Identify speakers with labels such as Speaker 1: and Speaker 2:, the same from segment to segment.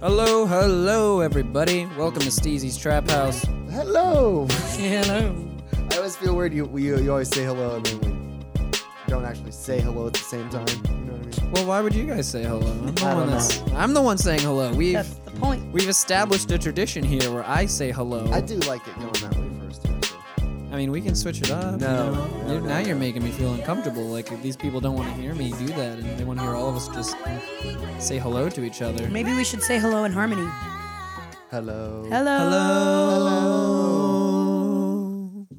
Speaker 1: Hello, hello, everybody. Welcome to Steezy's Trap House.
Speaker 2: Hello.
Speaker 1: Hello.
Speaker 2: I always feel weird. You you, you always say hello and then we don't actually say hello at the same time. You know what I mean?
Speaker 1: Well, why would you guys say hello? I'm the
Speaker 2: I
Speaker 1: one
Speaker 2: don't
Speaker 1: that's I'm the one saying hello. We've
Speaker 3: That's the point.
Speaker 1: we've established a tradition here where I say hello.
Speaker 2: I do like it going that way first. Too, so.
Speaker 1: I mean, we can switch it up.
Speaker 2: No.
Speaker 1: you know?
Speaker 2: No,
Speaker 1: You-
Speaker 2: no,
Speaker 1: now
Speaker 2: no.
Speaker 1: you're making me feel uncomfortable. Like if these people don't want to hear me do that, and they want to hear all of us just say hello to each other.
Speaker 3: Maybe we should say hello in harmony.
Speaker 2: Hello.
Speaker 3: Hello.
Speaker 1: Hello. I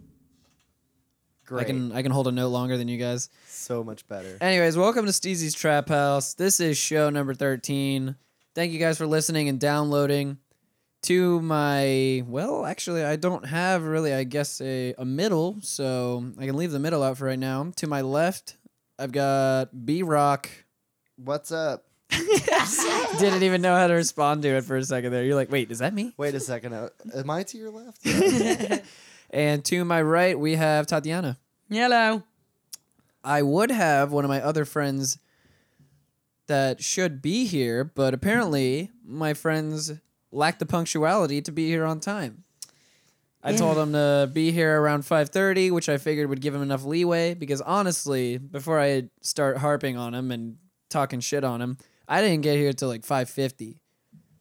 Speaker 2: Great.
Speaker 1: can I can hold a note longer than you guys.
Speaker 2: So much better.
Speaker 1: Anyways, welcome to Steezy's Trap House. This is show number 13. Thank you guys for listening and downloading to my well, actually I don't have really I guess a, a middle, so I can leave the middle out for right now. To my left, I've got B Rock.
Speaker 2: What's up?
Speaker 1: Didn't even know how to respond to it for a second there. You're like, wait, is that me?
Speaker 2: Wait a second. uh, Am I to your left?
Speaker 1: And to my right, we have Tatiana.
Speaker 3: Hello.
Speaker 1: I would have one of my other friends that should be here, but apparently my friends lack the punctuality to be here on time. I
Speaker 3: Yeah.
Speaker 1: told him to be here around 5:30, which I figured would give him enough leeway because honestly, before I start harping on him and talking shit on him, I didn't get here till like 5:50.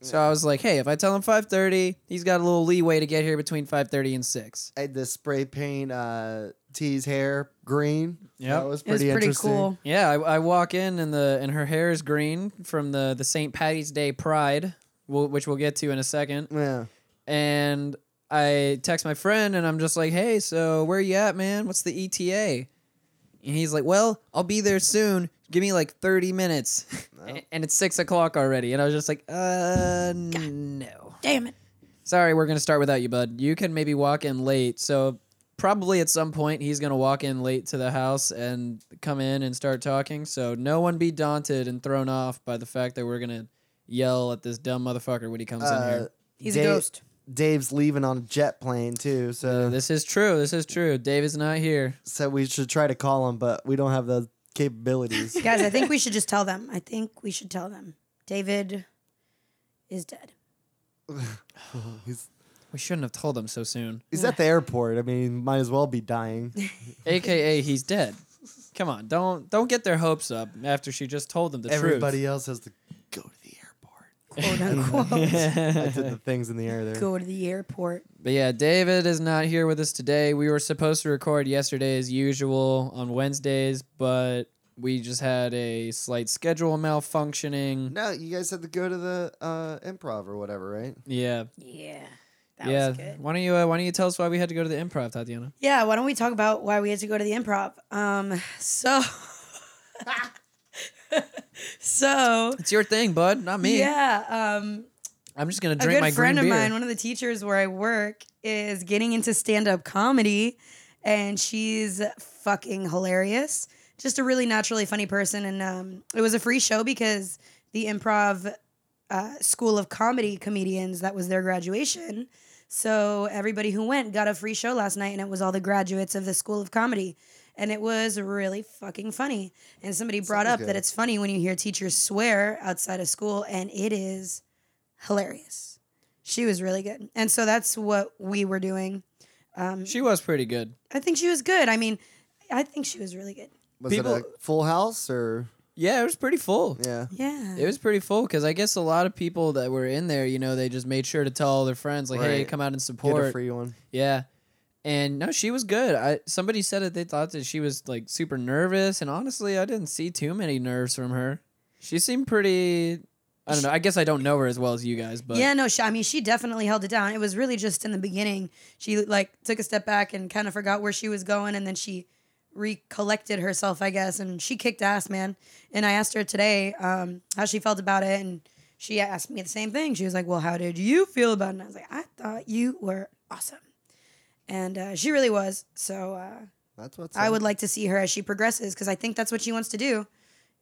Speaker 1: So I was like, "Hey, if I tell him 5:30, he's got a little leeway to get here between 5:30 and 6."
Speaker 2: I had to spray paint uh, T's hair green.
Speaker 1: Yep.
Speaker 2: That was
Speaker 3: It was
Speaker 2: pretty
Speaker 3: pretty
Speaker 2: interesting.
Speaker 3: cool.
Speaker 1: Yeah, I, I walk in and the and her hair is green from the the St. Patty's Day Pride, we'll, which we'll get to in a second.
Speaker 2: Yeah.
Speaker 1: And I text my friend and I'm just like, "Hey, so where you at, man? What's the ETA?" And he's like, "Well, I'll be there soon. Give me like 30 minutes."
Speaker 2: No.
Speaker 1: And it's six o'clock already, and I was just like, "Uh, no."
Speaker 3: Damn it.
Speaker 1: Sorry, we're gonna start without you, bud. You can maybe walk in late, so probably at some point he's gonna walk in late to the house and come in and start talking. So no one be daunted and thrown off by the fact that we're gonna yell at this dumb motherfucker when he comes in
Speaker 2: Uh,
Speaker 1: here.
Speaker 3: He's
Speaker 2: Da-
Speaker 3: a ghost.
Speaker 2: Dave's leaving on a jet plane too, so
Speaker 1: This is true. This is true. Dave is not here.
Speaker 2: so we should try to call him, but we don't have the capabilities.
Speaker 3: Guys, I think we should just tell them. I think we should tell them. David is dead.
Speaker 2: he's
Speaker 1: We shouldn't have told him so soon.
Speaker 2: he's at the airport. I mean, might as well be dying.
Speaker 1: AKA, he's dead. Come on, don't don't get their hopes up after she just told them the
Speaker 2: Everybody else has to go to the airport.
Speaker 3: Quote unquote.
Speaker 1: truth.
Speaker 2: I did the things in the air there.
Speaker 3: Go to the airport.
Speaker 1: But yeah, David is not here with us today. We were supposed to record yesterday as usual on Wednesdays, but we just had a slight schedule malfunctioning.
Speaker 2: No, you guys had to go to the uh, improv or whatever, right?
Speaker 1: Yeah,
Speaker 3: Yeah. That
Speaker 1: yeah.
Speaker 3: was good.
Speaker 1: Why don't you uh, Why don't you tell us why we had to go to the improv, Tatiana?
Speaker 3: Yeah, why don't we talk about why we had to go to the improv? Um, so so
Speaker 1: It's your thing, bud, not me.
Speaker 3: yeah, um,
Speaker 1: I'm just gonna
Speaker 3: a
Speaker 1: drink my
Speaker 3: good
Speaker 1: green
Speaker 3: friend of
Speaker 1: beer.
Speaker 3: mine, one of the teachers where I work, is getting into stand up comedy, and she's fucking hilarious. Just a really naturally funny person, and um, it was a free show because the improv uh, school of comedy comedians that was their graduation. So everybody who went got a free show last night, and it was all the graduates of the school of comedy. And it was really fucking funny. And somebody brought
Speaker 2: Sounds
Speaker 3: up
Speaker 2: good.
Speaker 3: that it's funny when you hear teachers swear outside of school, and it is hilarious. She was really good. And so that's what we were doing. Um,
Speaker 1: She was pretty good.
Speaker 3: I think she was good. I mean, I think she was really good.
Speaker 2: Was it
Speaker 1: People-
Speaker 2: a full house or
Speaker 1: Yeah, it was pretty full.
Speaker 2: yeah?
Speaker 3: Yeah.
Speaker 1: It was pretty full because I guess a lot of people that were in there, you know, they just made sure to tell all their friends, like, "Hey,
Speaker 2: Right.
Speaker 1: come out and
Speaker 2: Get a
Speaker 1: support."
Speaker 2: free one.
Speaker 1: Yeah. And no, she was good. I somebody said that they thought that she was like super nervous, and honestly, I didn't see too many nerves from her. She seemed pretty. I don't know. I guess I don't know her as well as you guys, but
Speaker 3: yeah, no, she, I mean, she definitely held it down. It was really just in the beginning. She like took a step back and kind of forgot where she was going, and then she recollected herself, I guess, and she kicked ass, man. And I asked her today um, how she felt about it, and she asked me the same thing. She was like, "Well, how did you feel about it?" And I was like, "I thought you were awesome," and uh, she really was. So uh,
Speaker 2: That's what's.
Speaker 3: I
Speaker 2: up.
Speaker 3: would like to see her as she progresses because I think that's what she wants to do,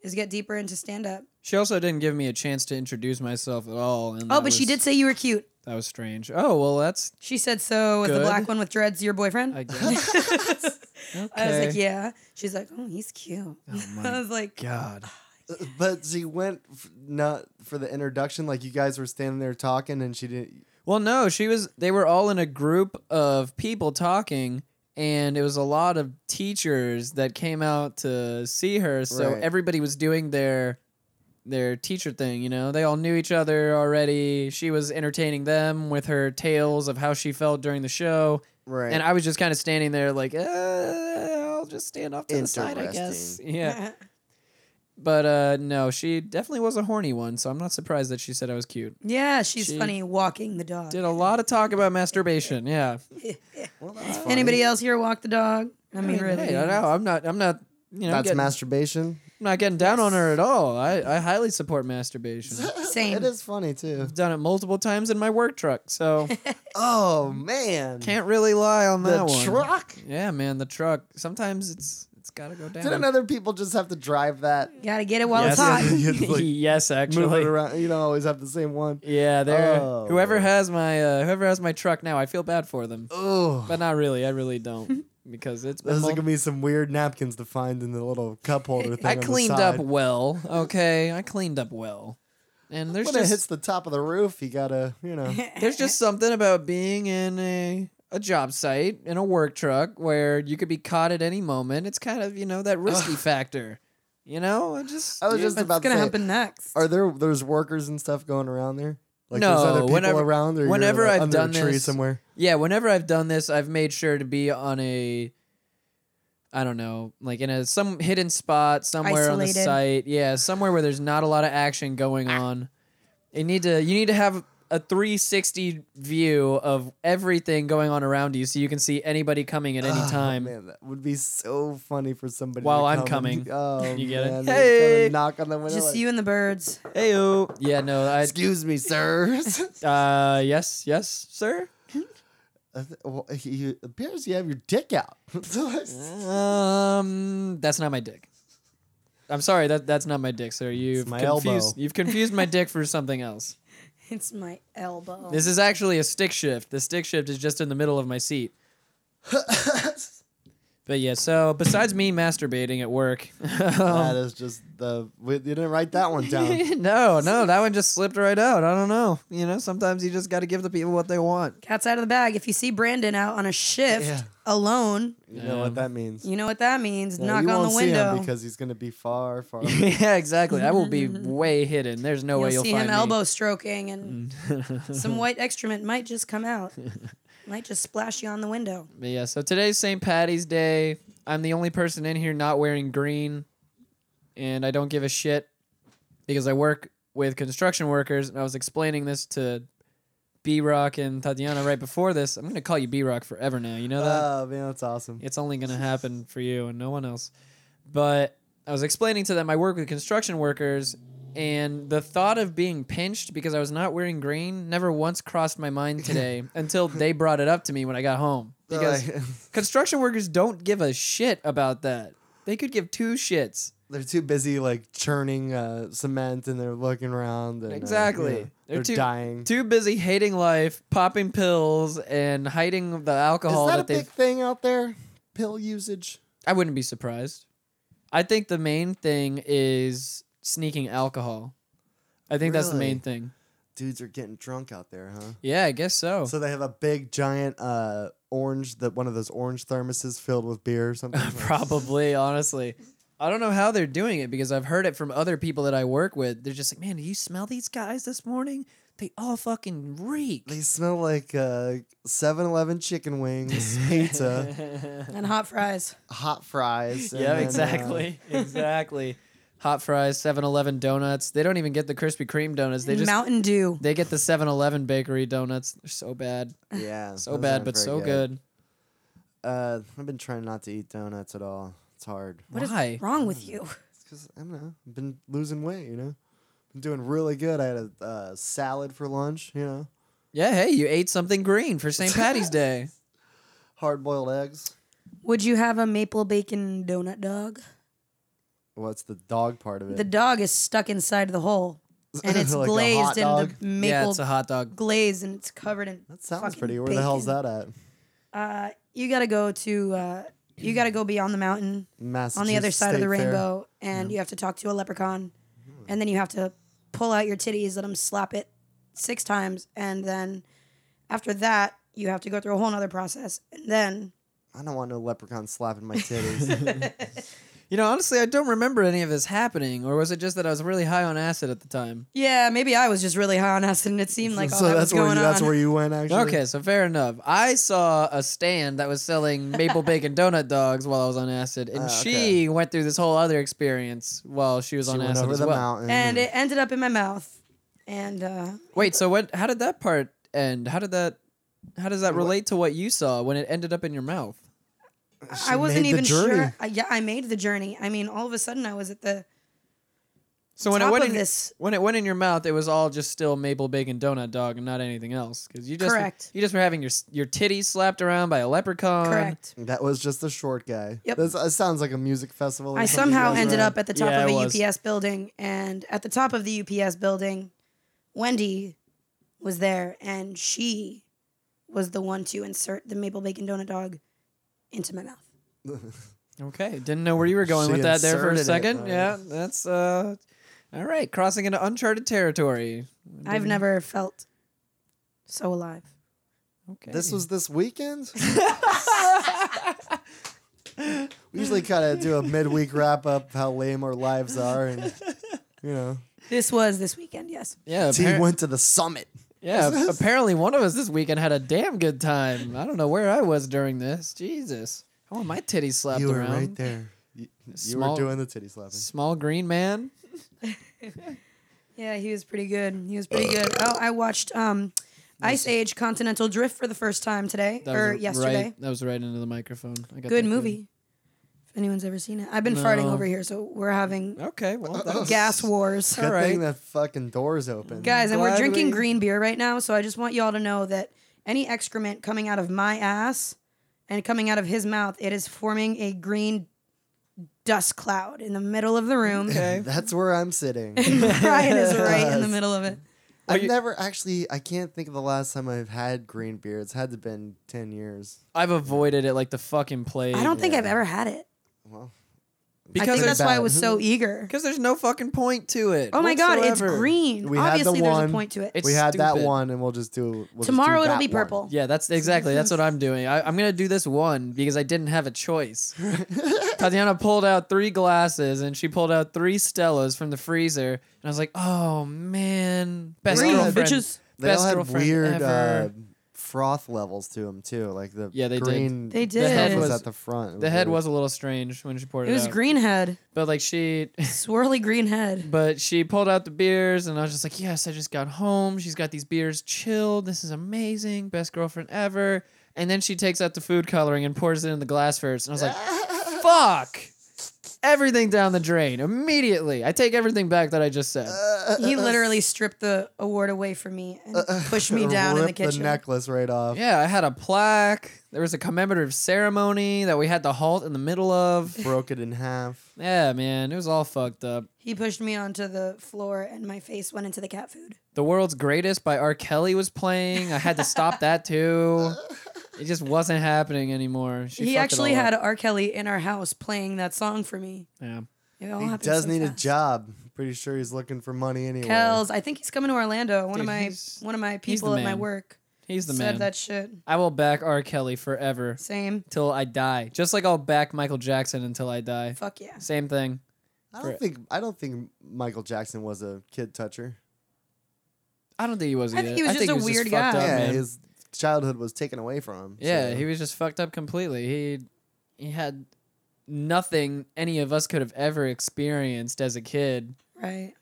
Speaker 3: is get deeper into stand up.
Speaker 1: she also didn't give me a chance to introduce myself at all. And
Speaker 3: Oh,
Speaker 1: that
Speaker 3: but she
Speaker 1: was-
Speaker 3: did say you were cute.
Speaker 1: That was strange. Oh well, that's
Speaker 3: She said, "So is the
Speaker 1: Good.
Speaker 3: black one with dreads your boyfriend?"
Speaker 1: I
Speaker 3: I,
Speaker 1: guess. okay.
Speaker 3: was like, "Yeah." She's like, "Oh, he's cute."
Speaker 1: Oh my
Speaker 3: I was like,
Speaker 1: God.
Speaker 2: Uh, But she went f- not for the introduction. Like you guys were standing there talking, and she didn't.
Speaker 1: Well, no, she was. They were all in a group of people talking, and it was a lot of teachers that came out to see her. So
Speaker 2: Right.
Speaker 1: everybody was doing their their teacher thing. You know, they all knew each other already. She was entertaining them with her tales of how she felt during the show,
Speaker 2: Right.
Speaker 1: and I was just kind of standing there like, uh, I'll just stand off to the side, I guess. Yeah, but uh, no, she definitely was a horny one. So I'm not surprised that she said I was cute.
Speaker 3: yeah, she's
Speaker 1: She
Speaker 3: funny walking the dog.
Speaker 1: Did a lot of talk about masturbation. Yeah.
Speaker 2: well, that's funny.
Speaker 3: Anybody else here walk the dog? I mean, really.
Speaker 1: Hey, I know. I'm not. I'm not. You know,
Speaker 2: That's
Speaker 1: getting,
Speaker 2: masturbation.
Speaker 1: I'm not getting down on her at all. I, I highly support masturbation.
Speaker 3: Same.
Speaker 2: It is funny too.
Speaker 1: I've done it multiple times in my work truck, so
Speaker 2: Oh man.
Speaker 1: can't really lie on
Speaker 2: the
Speaker 1: that one.
Speaker 2: truck?
Speaker 1: Yeah, man, the truck. Sometimes it's it's gotta go down.
Speaker 2: Didn't other people just have to drive that?
Speaker 3: Gotta get it while
Speaker 1: yes,
Speaker 3: it's hot.
Speaker 2: You have to, like,
Speaker 1: yes,
Speaker 2: Move it
Speaker 1: actually.
Speaker 2: around. You don't always have the same one.
Speaker 1: Yeah, they're
Speaker 2: Oh.
Speaker 1: whoever has my uh, whoever has my truck now. I feel bad for them,
Speaker 2: Oh.
Speaker 1: but not really. I really don't because it's been
Speaker 2: Those are
Speaker 1: mul-
Speaker 2: gonna be some weird napkins to find in the little cup holder thing.
Speaker 1: I
Speaker 2: on the
Speaker 1: cleaned
Speaker 2: side.
Speaker 1: up well. Okay, I cleaned up well, and there's
Speaker 2: when
Speaker 1: just
Speaker 2: it hits the top of the roof, you gotta, you know.
Speaker 1: There's just something about being in a a job site in a work truck where you could be caught at any moment. It's kind of you know that risky factor. You know, I just
Speaker 2: I was just
Speaker 3: What's
Speaker 2: about to
Speaker 3: gonna
Speaker 2: say,
Speaker 3: happen next?
Speaker 2: are there there's workers and stuff going around there? Like
Speaker 1: No,
Speaker 2: there's other people
Speaker 1: whenever-
Speaker 2: around, or you're,
Speaker 1: whenever
Speaker 2: like,
Speaker 1: I've
Speaker 2: under
Speaker 1: done
Speaker 2: a tree
Speaker 1: this-
Speaker 2: somewhere.
Speaker 1: yeah. Whenever I've done this, I've made sure to be on a I don't know, like in a some hidden spot somewhere on the
Speaker 3: Isolated.
Speaker 1: site. Yeah, somewhere where there's not a lot of action going
Speaker 2: Ah.
Speaker 1: on. You need to you need to have a 360 view of everything going on around you so you can see anybody coming at any
Speaker 2: Oh,
Speaker 1: time.
Speaker 2: man, that would be so funny for somebody. to
Speaker 1: While I'm
Speaker 2: come and-
Speaker 1: coming.
Speaker 2: oh,
Speaker 1: You get it?
Speaker 2: man,
Speaker 1: Hey!
Speaker 2: hey, knock on the window.
Speaker 3: Just
Speaker 2: like,
Speaker 3: you and the birds.
Speaker 1: Hey, yeah, no, I
Speaker 2: Excuse me, sirs.
Speaker 1: Uh, yes, yes, sir.
Speaker 2: Uh, th- well, it appears you have your dick out. So I s-
Speaker 1: Um, that's not my dick. I'm sorry, that that's not my dick, sir. You've
Speaker 2: my
Speaker 1: confused,
Speaker 2: elbow.
Speaker 1: You've confused my dick for something else.
Speaker 3: It's my elbow.
Speaker 1: This is actually a stick shift. The stick shift is just in the middle of my seat. But yeah, so besides me masturbating at work, um,
Speaker 2: that is just the. We, you didn't write that one down.
Speaker 1: no, no, that one just slipped right out. I don't know. You know, sometimes you just got to give the people what they want.
Speaker 3: Cat's out of the bag. If you see Brandon out on a shift
Speaker 2: Yeah.
Speaker 3: alone,
Speaker 2: You know what that means.
Speaker 3: you know what that means.
Speaker 2: Yeah,
Speaker 3: Knock
Speaker 2: you
Speaker 3: on
Speaker 2: won't
Speaker 3: the
Speaker 2: see him
Speaker 3: window.
Speaker 2: because he's gonna be far, far.
Speaker 1: yeah, exactly. I will be way hidden. There's no way
Speaker 3: you'll
Speaker 1: you'll
Speaker 3: see
Speaker 1: find Mm.
Speaker 3: him elbow stroking, and some white excrement might just come out. might just splash you on the window.
Speaker 1: But yeah, so today's St. Patty's Day. I'm the only person in here not wearing green, and I don't give a shit because I work with construction workers. And I was explaining this to B Rock and Tatiana right before this. I'm gonna call you B Rock forever now. You know that
Speaker 2: Oh man, that's awesome.
Speaker 1: it's only going to happen for you and no one else. But I was explaining to them I work with construction workers, and the thought of being pinched because I was not wearing green never once crossed my mind today until they brought it up to me when I got home. Because
Speaker 2: They're like-
Speaker 1: construction workers don't give a shit about that. They could give two shits.
Speaker 2: they're too busy like churning uh, cement and they're looking around. And, uh, you
Speaker 1: Exactly.
Speaker 2: know, they're
Speaker 1: too,
Speaker 2: dying.
Speaker 1: Too busy hating life, popping pills, and hiding the alcohol
Speaker 2: Is that,
Speaker 1: that
Speaker 2: a
Speaker 1: they've
Speaker 2: big thing out there? Pill usage.
Speaker 1: I wouldn't be surprised. I think the main thing is sneaking alcohol. I think that's the
Speaker 2: Really?
Speaker 1: main thing.
Speaker 2: Dudes are getting drunk out there, huh?
Speaker 1: Yeah, I guess so.
Speaker 2: So they have a big giant uh, orange that one of those orange thermoses filled with beer or something.
Speaker 1: Probably, honestly. I don't know how they're doing it because I've heard it from other people that I work with. They're just like, man, do you smell these guys this morning? They all fucking reek.
Speaker 2: They smell like uh, 7-Eleven chicken wings, pizza,
Speaker 3: And hot fries.
Speaker 2: hot fries. and
Speaker 1: yeah,
Speaker 2: then, uh,
Speaker 1: exactly. exactly. Hot fries, 7 Eleven donuts. They don't even get the Krispy Kreme donuts. They
Speaker 3: and
Speaker 1: just.
Speaker 3: Mountain Dew.
Speaker 1: they get the 7-Eleven bakery donuts. They're so bad,
Speaker 2: yeah,
Speaker 1: so
Speaker 2: those
Speaker 1: bad,
Speaker 2: aren't
Speaker 1: but
Speaker 2: very
Speaker 1: so good.
Speaker 2: Uh, I've been trying not to eat donuts at all. It's hard.
Speaker 3: What is
Speaker 1: Why?
Speaker 3: wrong with you?
Speaker 2: because I don't know. I've been losing weight, you know. Been doing really good. I had a uh, salad for lunch, you know,
Speaker 1: Yeah, hey, you ate something green for St. Patty's Day.
Speaker 2: hard boiled eggs.
Speaker 3: Would you have a maple bacon donut dog?
Speaker 2: What's the dog part of it?
Speaker 3: The dog is stuck inside the hole, and it's
Speaker 2: Like a hot
Speaker 3: glazed in
Speaker 2: dog?
Speaker 3: the maple
Speaker 1: yeah, it's a hot dog.
Speaker 3: glaze, and it's covered in.
Speaker 2: that sounds
Speaker 3: fucking
Speaker 2: pretty. Where the hell's
Speaker 3: bacon.
Speaker 2: that at?
Speaker 3: Uh, you gotta go to uh, You got to go beyond the mountain
Speaker 2: Massachusetts
Speaker 3: on the other side of
Speaker 2: State
Speaker 3: the
Speaker 2: Fair. Mm-hmm.
Speaker 3: rainbow, and you have to talk to a leprechaun, and then you have to pull out your titties, let him slap it six times, and then after that, you have to go through a whole nother process, and then
Speaker 2: I don't want no leprechaun slapping my titties.
Speaker 1: You know, honestly, I don't remember any of this happening, or was it just that I was really high on acid at the time?
Speaker 3: yeah, maybe I was just really high on acid, and it seemed like all
Speaker 2: so
Speaker 3: that
Speaker 2: that's
Speaker 3: was
Speaker 2: where
Speaker 3: going
Speaker 2: you,
Speaker 3: on.
Speaker 2: that's where you went actually.
Speaker 1: Okay, so fair enough. I saw a stand that was selling maple bacon donut dogs while I was on acid, and
Speaker 2: Ah,
Speaker 1: she went through this whole other experience while she was
Speaker 2: She
Speaker 1: on
Speaker 2: went
Speaker 1: acid
Speaker 2: over
Speaker 1: as
Speaker 2: the
Speaker 1: well.
Speaker 2: mountain.
Speaker 3: and it ended up in my mouth, and uh,
Speaker 1: Wait, so what? How did that part end? How did that? How does that relate to what you saw when it ended up in your mouth?
Speaker 2: She
Speaker 3: I wasn't
Speaker 2: made the
Speaker 3: even
Speaker 2: journey.
Speaker 3: sure. I, yeah, I made the journey. I mean, all of a sudden, I was at the
Speaker 1: So when
Speaker 3: top
Speaker 1: it went
Speaker 3: of
Speaker 1: in
Speaker 3: this.
Speaker 1: when it went in your mouth, it was all just still maple bacon donut dog and not anything else because you just
Speaker 3: Correct.
Speaker 1: you just were having your s- your titties slapped around by a leprechaun.
Speaker 3: Correct.
Speaker 2: That was just the short guy.
Speaker 3: Yep.
Speaker 2: This, that sounds like a music festival. or
Speaker 3: I
Speaker 2: something you
Speaker 3: somehow
Speaker 2: guys
Speaker 3: ended
Speaker 2: were
Speaker 3: up at the top
Speaker 1: Yeah,
Speaker 3: of
Speaker 1: it
Speaker 3: a
Speaker 1: was.
Speaker 3: UPS building, and at the top of the UPS building, Wendy was there, and she was the one to insert the maple bacon donut dog into my mouth.
Speaker 1: Okay, didn't know where you were going
Speaker 2: She
Speaker 1: with that there for a
Speaker 2: inserted it,
Speaker 1: second.
Speaker 2: uh,
Speaker 1: yeah, that's uh, all right. Crossing into uncharted territory.
Speaker 3: I've never felt so alive.
Speaker 1: Okay,
Speaker 2: This was this weekend. we usually kind of do a midweek wrap up how lame our lives are, and you know,
Speaker 3: This was this weekend, yes.
Speaker 1: yeah.
Speaker 2: T
Speaker 1: appar-
Speaker 2: went to the summit.
Speaker 1: yeah, apparently one of us this weekend had a damn good time. I don't know where I was during this. Jesus, I want my titties slapped
Speaker 2: You were
Speaker 1: around.
Speaker 2: right there. You, you were
Speaker 1: Small-
Speaker 2: doing the titty slapping.
Speaker 1: Small green man.
Speaker 3: Yeah, he was pretty good. He was pretty good. Oh, I watched um, Ice Age Continental Drift for the first time today
Speaker 1: That
Speaker 3: or
Speaker 1: was
Speaker 3: Er, yesterday.
Speaker 1: Right, that was right into the microphone. I got
Speaker 3: Good
Speaker 1: that
Speaker 3: movie. If anyone's ever seen it, I've been farting
Speaker 1: No.
Speaker 3: over here, so we're having
Speaker 1: Okay, well, that was-
Speaker 3: gas wars.
Speaker 2: Good
Speaker 1: Alright.
Speaker 2: thing that fucking door's open.
Speaker 3: Guys, and we're
Speaker 1: glad
Speaker 3: drinking
Speaker 1: we-
Speaker 3: green beer right now, so I just want y'all to know that any excrement coming out of my ass and coming out of his mouth, it is forming a green dust cloud in the middle of the room.
Speaker 1: Okay.
Speaker 2: That's where I'm sitting.
Speaker 3: Brian is right in the middle of it.
Speaker 2: I've
Speaker 1: you-
Speaker 2: never actually. I can't think of the last time I've had green beer. It's had to been ten years.
Speaker 1: I've avoided it like the fucking plague.
Speaker 3: I don't think I've ever had it.
Speaker 2: Well,
Speaker 3: I
Speaker 1: because
Speaker 3: think
Speaker 1: there's,
Speaker 3: that's why I was so
Speaker 2: Mhm.
Speaker 3: eager.
Speaker 1: because there's no fucking point to it.
Speaker 3: Oh my god, it's
Speaker 1: whatsoever.
Speaker 3: green.
Speaker 2: We had the
Speaker 3: Obviously, there's
Speaker 2: one-
Speaker 3: a point to it.
Speaker 1: It's
Speaker 2: we had that
Speaker 1: stupid.
Speaker 2: one, and we'll just do we'll just do
Speaker 3: Tomorrow it'll
Speaker 2: that
Speaker 3: be
Speaker 2: one.
Speaker 3: purple.
Speaker 1: Yeah, that's exactly that's what I'm doing. I, I'm gonna do this one because I didn't have a choice. Tatiana pulled out three glasses and she pulled out three Stellas from the freezer, and I was like, "Oh man, best
Speaker 2: Green,
Speaker 1: girlfriend,
Speaker 3: bitches.
Speaker 2: They
Speaker 1: best
Speaker 2: all had
Speaker 1: girlfriend
Speaker 2: weird
Speaker 1: ever."
Speaker 2: uh, froth levels to them too. Like the
Speaker 1: Yeah, they did.
Speaker 2: green
Speaker 3: They
Speaker 1: the head
Speaker 3: did.
Speaker 2: was
Speaker 1: was
Speaker 2: at the front. It
Speaker 1: the head
Speaker 2: weird.
Speaker 1: was a little strange when she poured it.
Speaker 3: It was
Speaker 1: out.
Speaker 3: green head,
Speaker 1: but like she
Speaker 3: swirly green head.
Speaker 1: But she pulled out the beers, and I was just like, "Yes, I just got home. She's got these beers chilled. This is amazing. Best girlfriend ever." And then she takes out the food coloring and pours it in the glass first, and I was like, "Fuck!" Everything down the drain immediately. I take everything back that I just said.
Speaker 2: Uh,
Speaker 3: He literally stripped the award away from me and pushed me down in the
Speaker 2: Ripped
Speaker 3: kitchen.
Speaker 2: necklace right off.
Speaker 1: yeah, I had a plaque. There was a commemorative ceremony that we had to halt in the middle of.
Speaker 2: Broke it in half.
Speaker 1: Yeah, man, it was all fucked up.
Speaker 3: He pushed me onto the floor and my face went into the cat food.
Speaker 1: The World's Greatest by R. Kelly was playing. I had to stop that too. It just wasn't happening anymore. She
Speaker 3: he
Speaker 1: fucked it
Speaker 3: actually
Speaker 1: all up.
Speaker 3: had R. Kelly in our house playing that song for me.
Speaker 1: Yeah.
Speaker 3: It all
Speaker 2: He
Speaker 3: happened
Speaker 2: does
Speaker 3: so
Speaker 2: need a
Speaker 3: fast.
Speaker 2: job. Pretty sure he's looking for money anyway.
Speaker 3: Kells, I think he's coming to Orlando. One
Speaker 1: Dude,
Speaker 3: of my
Speaker 1: he's-
Speaker 3: one of my
Speaker 1: he's the
Speaker 3: people at my
Speaker 1: man.
Speaker 3: work
Speaker 1: He's the
Speaker 3: said
Speaker 1: man.
Speaker 3: that shit.
Speaker 1: I will back R. Kelly forever
Speaker 3: Same.
Speaker 1: till I die. Just like I'll back Michael Jackson until I die.
Speaker 3: Fuck yeah.
Speaker 1: Same thing.
Speaker 2: I
Speaker 1: for
Speaker 2: don't
Speaker 1: it.
Speaker 2: think I don't think Michael Jackson was a kid toucher.
Speaker 1: I don't think he was
Speaker 3: I
Speaker 1: either.
Speaker 3: think he was just a weird
Speaker 1: fucked
Speaker 3: guy.
Speaker 1: Up,
Speaker 2: yeah,
Speaker 1: man.
Speaker 2: his childhood was taken away from him.
Speaker 1: yeah,
Speaker 2: so-
Speaker 1: he was just fucked up completely. He he had nothing any of us could have ever experienced as a kid.
Speaker 3: Right.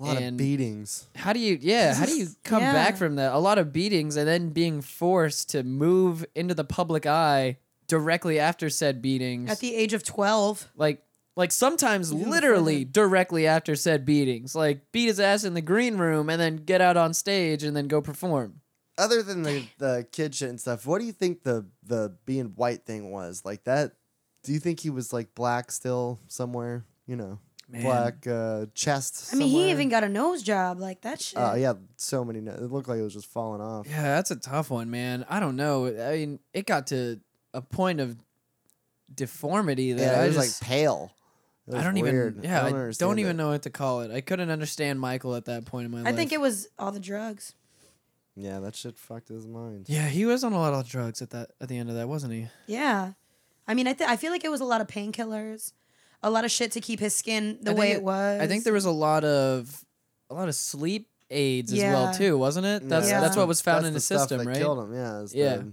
Speaker 2: a lot
Speaker 1: and-
Speaker 2: of beatings.
Speaker 1: How do you yeah, how do you come
Speaker 3: Yeah.
Speaker 1: back from that? A lot of beatings and then being forced to move into the public eye directly after said beatings.
Speaker 3: At the age of twelve.
Speaker 1: like like sometimes literally directly after said beatings like beat his ass in the green room and then get out on stage and then go perform
Speaker 2: Other than the, the kid shit and stuff, what do you think the the being white thing was like? That do you think he was like black still somewhere? You know, black uh, chest.
Speaker 3: I mean,
Speaker 2: somewhere?
Speaker 3: he even got a nose job like that shit.
Speaker 2: Oh yeah, so many. no- It looked like it was just falling off.
Speaker 1: yeah that's a tough one man i don't know i mean it got to a point of deformity that
Speaker 2: Yeah,
Speaker 1: I
Speaker 2: it was
Speaker 1: just
Speaker 2: like pale. It
Speaker 1: I
Speaker 2: was
Speaker 1: don't
Speaker 2: weird.
Speaker 1: even yeah I don't,
Speaker 2: understand
Speaker 1: even
Speaker 2: it.
Speaker 1: know what to call it. I couldn't understand Michael at that point in my
Speaker 3: I
Speaker 1: life.
Speaker 3: think it was all the drugs.
Speaker 2: Yeah, that shit fucked his mind.
Speaker 1: yeah he was on a lot of drugs at that at the end of that wasn't he?
Speaker 3: Yeah, I mean, I th- I feel like it was a lot of painkillers, a lot of shit to keep his skin the
Speaker 1: I think
Speaker 3: way
Speaker 1: it-
Speaker 3: it, was.
Speaker 1: I think there was a lot of a lot of sleep aids as
Speaker 3: Yeah.
Speaker 1: well too wasn't it? That's
Speaker 3: Yeah.
Speaker 1: that's what was found
Speaker 2: That's
Speaker 1: in
Speaker 2: the
Speaker 1: his
Speaker 2: stuff
Speaker 1: system
Speaker 2: that
Speaker 1: right?
Speaker 2: Killed him. Yeah. it's
Speaker 1: Yeah.
Speaker 2: the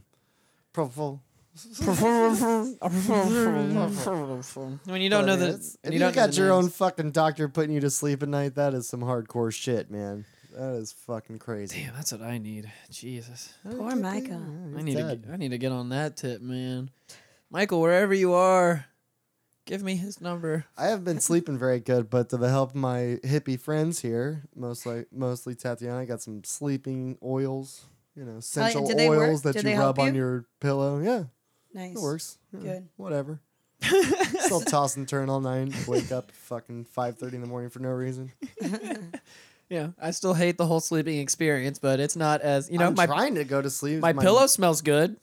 Speaker 2: Propofol.
Speaker 3: Mm-hmm.
Speaker 1: when you don't
Speaker 2: But I
Speaker 1: know
Speaker 2: mean,
Speaker 1: that
Speaker 2: it's-
Speaker 1: when you
Speaker 2: If you,
Speaker 1: don't know
Speaker 2: got
Speaker 1: the
Speaker 2: your own
Speaker 1: names.
Speaker 2: fucking doctor putting you to sleep at night, that is some hardcore shit, man. That is fucking crazy.
Speaker 1: Damn, that's what I need. Jesus.
Speaker 3: poor Micah.
Speaker 2: Yeah,
Speaker 1: I
Speaker 2: he's
Speaker 1: need to
Speaker 2: dead.
Speaker 1: get, I need to get on that tip, man. Michael, wherever you are, give me his number.
Speaker 2: I haven't been sleeping very good, but to the help of my hippie friends here, mostly mostly Tatiana, I got some sleeping oils, you know, essential
Speaker 3: did Oh, they work?
Speaker 2: oils that
Speaker 3: Did
Speaker 2: you
Speaker 3: they
Speaker 2: rub
Speaker 3: help
Speaker 2: on
Speaker 3: you?
Speaker 2: your pillow. Yeah,
Speaker 3: nice.
Speaker 2: it works. Yeah,
Speaker 3: Good.
Speaker 2: Whatever. Still toss and turn all night. Wake up fucking five thirty in the morning for no reason.
Speaker 1: yeah, I still hate the whole sleeping experience, but it's not as you know
Speaker 2: I'm
Speaker 1: my
Speaker 2: trying to go to sleep.
Speaker 1: my, pillow smells good.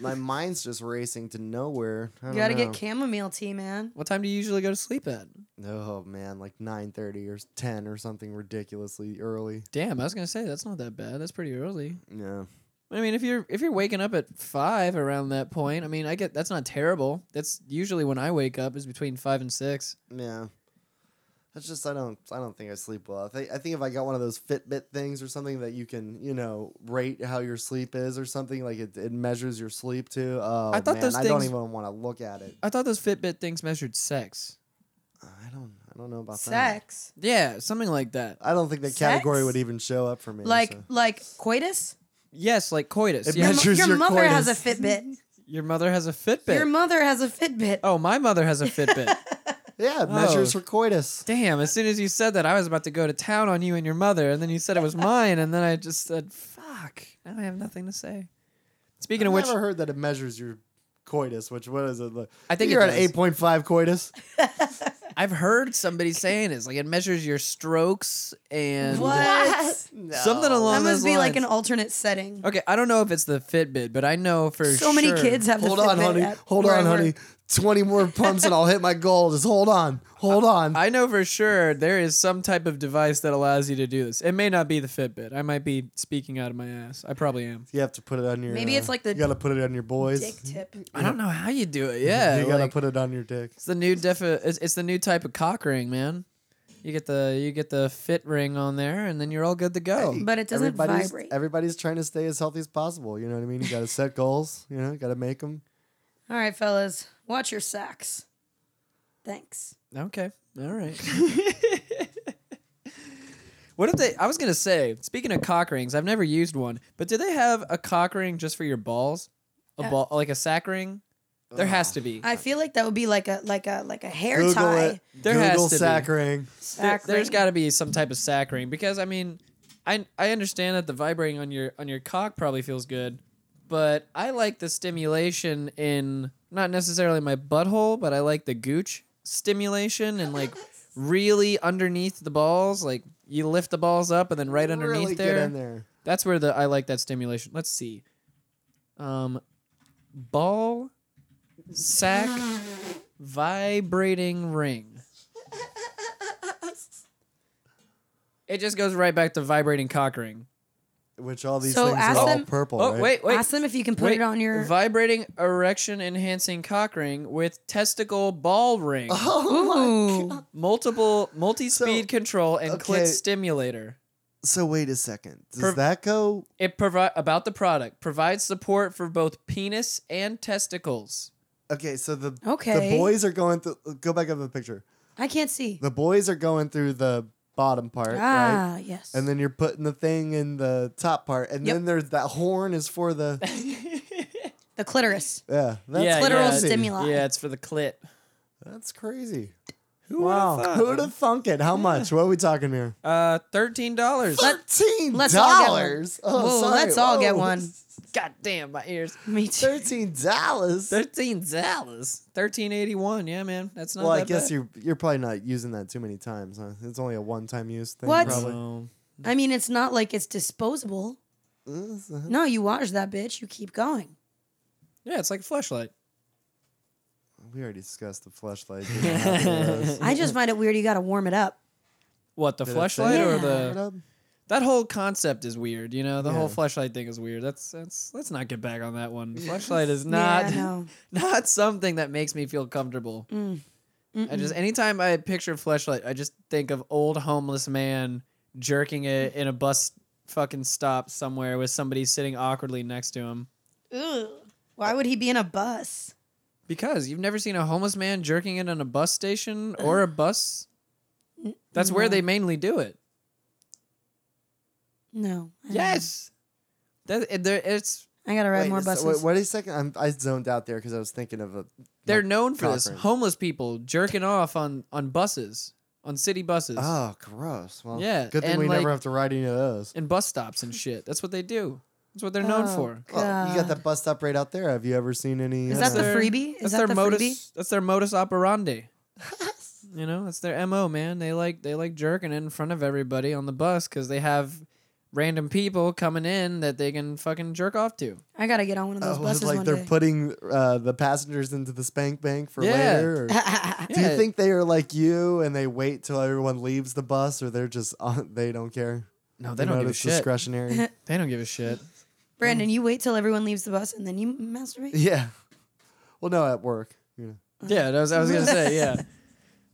Speaker 2: My mind's just racing to nowhere. I
Speaker 3: You
Speaker 2: don't
Speaker 3: gotta
Speaker 2: know.
Speaker 3: get chamomile tea, man.
Speaker 1: what time do you usually go to sleep at?
Speaker 2: Oh man, like nine thirty or ten or something ridiculously early.
Speaker 1: Damn, I was gonna say that's not that bad. That's pretty early.
Speaker 2: Yeah.
Speaker 1: I mean, if you're if you're waking up at five around that point, I mean, I get that's not terrible. That's usually when I wake up is between five and six.
Speaker 2: Yeah. That's just I don't I don't think I sleep well. I think I think if I got one of those Fitbit things or something that you can you know rate how your sleep is or something like it, it measures your sleep too. Oh
Speaker 1: I thought
Speaker 2: man,
Speaker 1: those
Speaker 2: I don't
Speaker 1: things-
Speaker 2: even want to look at it.
Speaker 1: I thought those Fitbit things measured sex.
Speaker 2: I don't I don't know about that.
Speaker 3: Sex,
Speaker 1: Yeah, something like that.
Speaker 2: I don't think that
Speaker 3: Sex?
Speaker 2: category would even show up for me.
Speaker 3: like
Speaker 2: so.
Speaker 3: like coitus.
Speaker 1: Yes, like coitus.
Speaker 2: It
Speaker 1: Yeah,
Speaker 2: measures- Measures
Speaker 3: your,
Speaker 2: your
Speaker 3: mother has a
Speaker 2: coitus.
Speaker 3: Fitbit.
Speaker 1: your mother has a Fitbit.
Speaker 3: Your mother has a Fitbit.
Speaker 1: oh, my mother has a Fitbit.
Speaker 2: yeah, it
Speaker 1: Oh.
Speaker 2: measures for coitus.
Speaker 1: Damn, as soon as you said that, I was about to go to town on you and your mother, and then you said it was mine, and then I just said, fuck. Now I have nothing to say. Speaking
Speaker 2: I've
Speaker 1: of which,
Speaker 2: never heard that it measures your coitus. Which what is it? Like,
Speaker 1: I think it
Speaker 2: you're at
Speaker 1: does.
Speaker 2: eight point five coitus.
Speaker 1: I've heard somebody saying it's like it measures your strokes and
Speaker 3: What?
Speaker 2: No.
Speaker 1: Something
Speaker 3: That
Speaker 1: along-
Speaker 3: must
Speaker 1: those
Speaker 3: be like
Speaker 1: lines.
Speaker 3: an alternate setting.
Speaker 1: Okay, I don't know if it's the Fitbit, but I know for
Speaker 3: So many
Speaker 1: sure-
Speaker 3: kids have.
Speaker 2: Hold
Speaker 3: the
Speaker 2: on,
Speaker 3: Fitbit
Speaker 2: honey.
Speaker 3: at
Speaker 2: Hold
Speaker 3: where
Speaker 2: on,
Speaker 3: I work.
Speaker 2: honey. Twenty more pumps and I'll hit my goal. Just hold on. Hold on.
Speaker 1: I know for sure there is some type of device that allows you to do this. It may not be the Fitbit. I might be speaking out of my ass. I probably am.
Speaker 2: You have to put it on your.
Speaker 3: Maybe
Speaker 2: uh,
Speaker 3: it's like the
Speaker 2: You gotta put it on your boys.
Speaker 3: Dick tip.
Speaker 1: I don't know how you do it. Yeah,
Speaker 2: you gotta
Speaker 1: like,
Speaker 2: put it on your dick.
Speaker 1: it's the new defi- it's, it's the new type of cock ring, man. You get the you get the fit ring on there, and then you're all good to go.
Speaker 3: But it doesn't
Speaker 2: everybody's,
Speaker 3: vibrate.
Speaker 2: Everybody's trying to stay as healthy as possible. You know what I mean? You gotta set goals. You know, you gotta make them.
Speaker 3: All right, fellas, watch your sacks. Thanks.
Speaker 1: Okay. All right. what if they? I was gonna say. Speaking of cock rings, I've never used one, but do they have a cock ring just for your balls? A
Speaker 3: Uh,
Speaker 1: ball, like a sack ring? There has to be.
Speaker 3: I feel like that would be like a like a like a hair
Speaker 2: Google
Speaker 3: tie.
Speaker 2: it.
Speaker 1: There has
Speaker 2: Google
Speaker 1: to be.
Speaker 2: sack ring.
Speaker 1: there,
Speaker 3: Sack
Speaker 1: has
Speaker 3: ring.
Speaker 1: got to be some type of sack ring because I mean, I I understand that the vibrating on your on your cock probably feels good, but I like the stimulation in not necessarily my butthole, but I like the gooch stimulation and like really underneath the balls. Like you lift the balls up and then right underneath
Speaker 2: really
Speaker 1: there,
Speaker 2: Get in there.
Speaker 1: That's where the I like that stimulation. Let's see, um, ball sack vibrating ring. It just goes right back to vibrating cock ring.
Speaker 2: Which all these
Speaker 3: So
Speaker 2: things
Speaker 3: ask
Speaker 2: are all
Speaker 3: them-
Speaker 2: purple.
Speaker 1: Oh
Speaker 2: right?
Speaker 1: wait, wait,
Speaker 3: Ask them if you can put
Speaker 1: wait.
Speaker 3: it on your.
Speaker 1: vibrating erection enhancing cock ring with testicle ball ring,
Speaker 2: Oh my. God.
Speaker 3: Ooh.
Speaker 1: multiple multi speed
Speaker 2: So-
Speaker 1: control and
Speaker 2: okay.
Speaker 1: clit stimulator.
Speaker 2: So wait a second. Does
Speaker 1: Per-
Speaker 2: that go?
Speaker 1: It provide about the product provides support for both penis and testicles.
Speaker 2: Okay, so the
Speaker 3: Okay.
Speaker 2: the boys are going through. Go back up the picture.
Speaker 3: I can't see.
Speaker 2: The boys are going through the bottom part, right?
Speaker 3: ah, yes.
Speaker 2: and then you're putting the thing in the top part, and
Speaker 3: Yep.
Speaker 2: then there's that horn is for the
Speaker 3: the clitoris.
Speaker 2: yeah. That's
Speaker 1: Yeah,
Speaker 3: Clitoral
Speaker 1: yeah.
Speaker 2: crazy.
Speaker 3: stimuli.
Speaker 1: Yeah, it's for the clit.
Speaker 2: That's crazy.
Speaker 1: Who
Speaker 2: Wow,
Speaker 1: would've thought?
Speaker 2: who'd have thunk it? How much? What are we talking here?
Speaker 1: Uh, thirteen dollars.
Speaker 2: Thirteen
Speaker 3: let's all get one.
Speaker 2: dollars. Oh,
Speaker 3: Whoa,
Speaker 2: sorry.
Speaker 3: let's all get
Speaker 2: Whoa.
Speaker 3: one.
Speaker 1: God damn my ears.
Speaker 3: Me too.
Speaker 2: Thirteen dollars.
Speaker 1: Thirteen dollars. Thirteen eighty one. Yeah, man. That's not.
Speaker 2: Well, I
Speaker 1: that
Speaker 2: guess
Speaker 1: bad.
Speaker 2: you're you're probably not using that too many times, huh? It's only a one-time use thing.
Speaker 3: What?
Speaker 2: Probably.
Speaker 1: No.
Speaker 3: I mean, it's not like it's disposable.
Speaker 2: Uh-huh.
Speaker 3: No, you wash that bitch. You keep going.
Speaker 1: Yeah, it's like a flashlight.
Speaker 2: we already discussed the flashlight. didn't have those.
Speaker 3: I just find it weird. You got to warm it up.
Speaker 1: What the
Speaker 2: Did it
Speaker 1: flashlight
Speaker 2: say
Speaker 1: or
Speaker 3: Yeah.
Speaker 1: the
Speaker 2: Right up?
Speaker 1: that whole concept is weird. You know, the whole
Speaker 2: Yeah.
Speaker 1: flashlight thing is weird. That's that's let's not get back on that one. Flashlight is not
Speaker 3: Yeah, no.
Speaker 1: not something that makes me feel comfortable. I just anytime I picture flashlight, I just think of old homeless man jerking it in a bus fucking stop somewhere with somebody sitting awkwardly next to him.
Speaker 3: Ugh. Why would he be in a bus?
Speaker 1: Because you've never seen a homeless man jerking it on a bus station or a bus. That's where they mainly do it.
Speaker 3: No. I don't know.
Speaker 1: Yes, that it- there- it's
Speaker 3: I gotta ride
Speaker 2: Wait,
Speaker 3: more
Speaker 2: so-
Speaker 3: buses.
Speaker 2: wait, wait a second. I'm, I zoned out there because I was thinking of a.
Speaker 1: they're known for this.
Speaker 2: conference.
Speaker 1: Homeless people jerking off on on buses, on city buses,
Speaker 2: Oh, gross. Well,
Speaker 1: Yeah,
Speaker 2: Good thing
Speaker 1: and,
Speaker 2: we never
Speaker 1: like-
Speaker 2: have to ride any of those.
Speaker 1: and bus stops and shit. That's what they do. That's what they're known
Speaker 3: Oh,
Speaker 1: for.
Speaker 2: Well, you
Speaker 3: God.
Speaker 2: got that bus stop right out there. Have you ever seen any?
Speaker 3: Is
Speaker 2: uh,
Speaker 3: that the freebie? Is
Speaker 1: that's
Speaker 3: that
Speaker 1: their
Speaker 3: the
Speaker 1: modus.
Speaker 3: freebie?
Speaker 1: That's their modus operandi. you know, that's their mo, man. They like they like jerking in front of everybody on the bus because they have random people coming in that they can fucking jerk off to.
Speaker 3: I gotta get on one of
Speaker 2: Oh,
Speaker 3: those
Speaker 2: it was
Speaker 3: buses
Speaker 2: like
Speaker 3: one
Speaker 2: they're
Speaker 3: day.
Speaker 2: putting uh, the passengers into the spank bank for
Speaker 1: Yeah.
Speaker 2: later. or- Do
Speaker 1: Yeah.
Speaker 2: you think they are like you and they wait till everyone leaves the bus, or they're just on, they don't care?
Speaker 1: No, they
Speaker 2: You
Speaker 1: don't
Speaker 2: know,
Speaker 1: give a
Speaker 2: it's
Speaker 1: shit.
Speaker 2: discretionary.
Speaker 1: They don't give a shit.
Speaker 3: Brandon, you wait till everyone leaves the bus and then you masturbate.
Speaker 2: yeah. Well, no, at work. You know.
Speaker 1: Yeah, that was, I was gonna say yeah.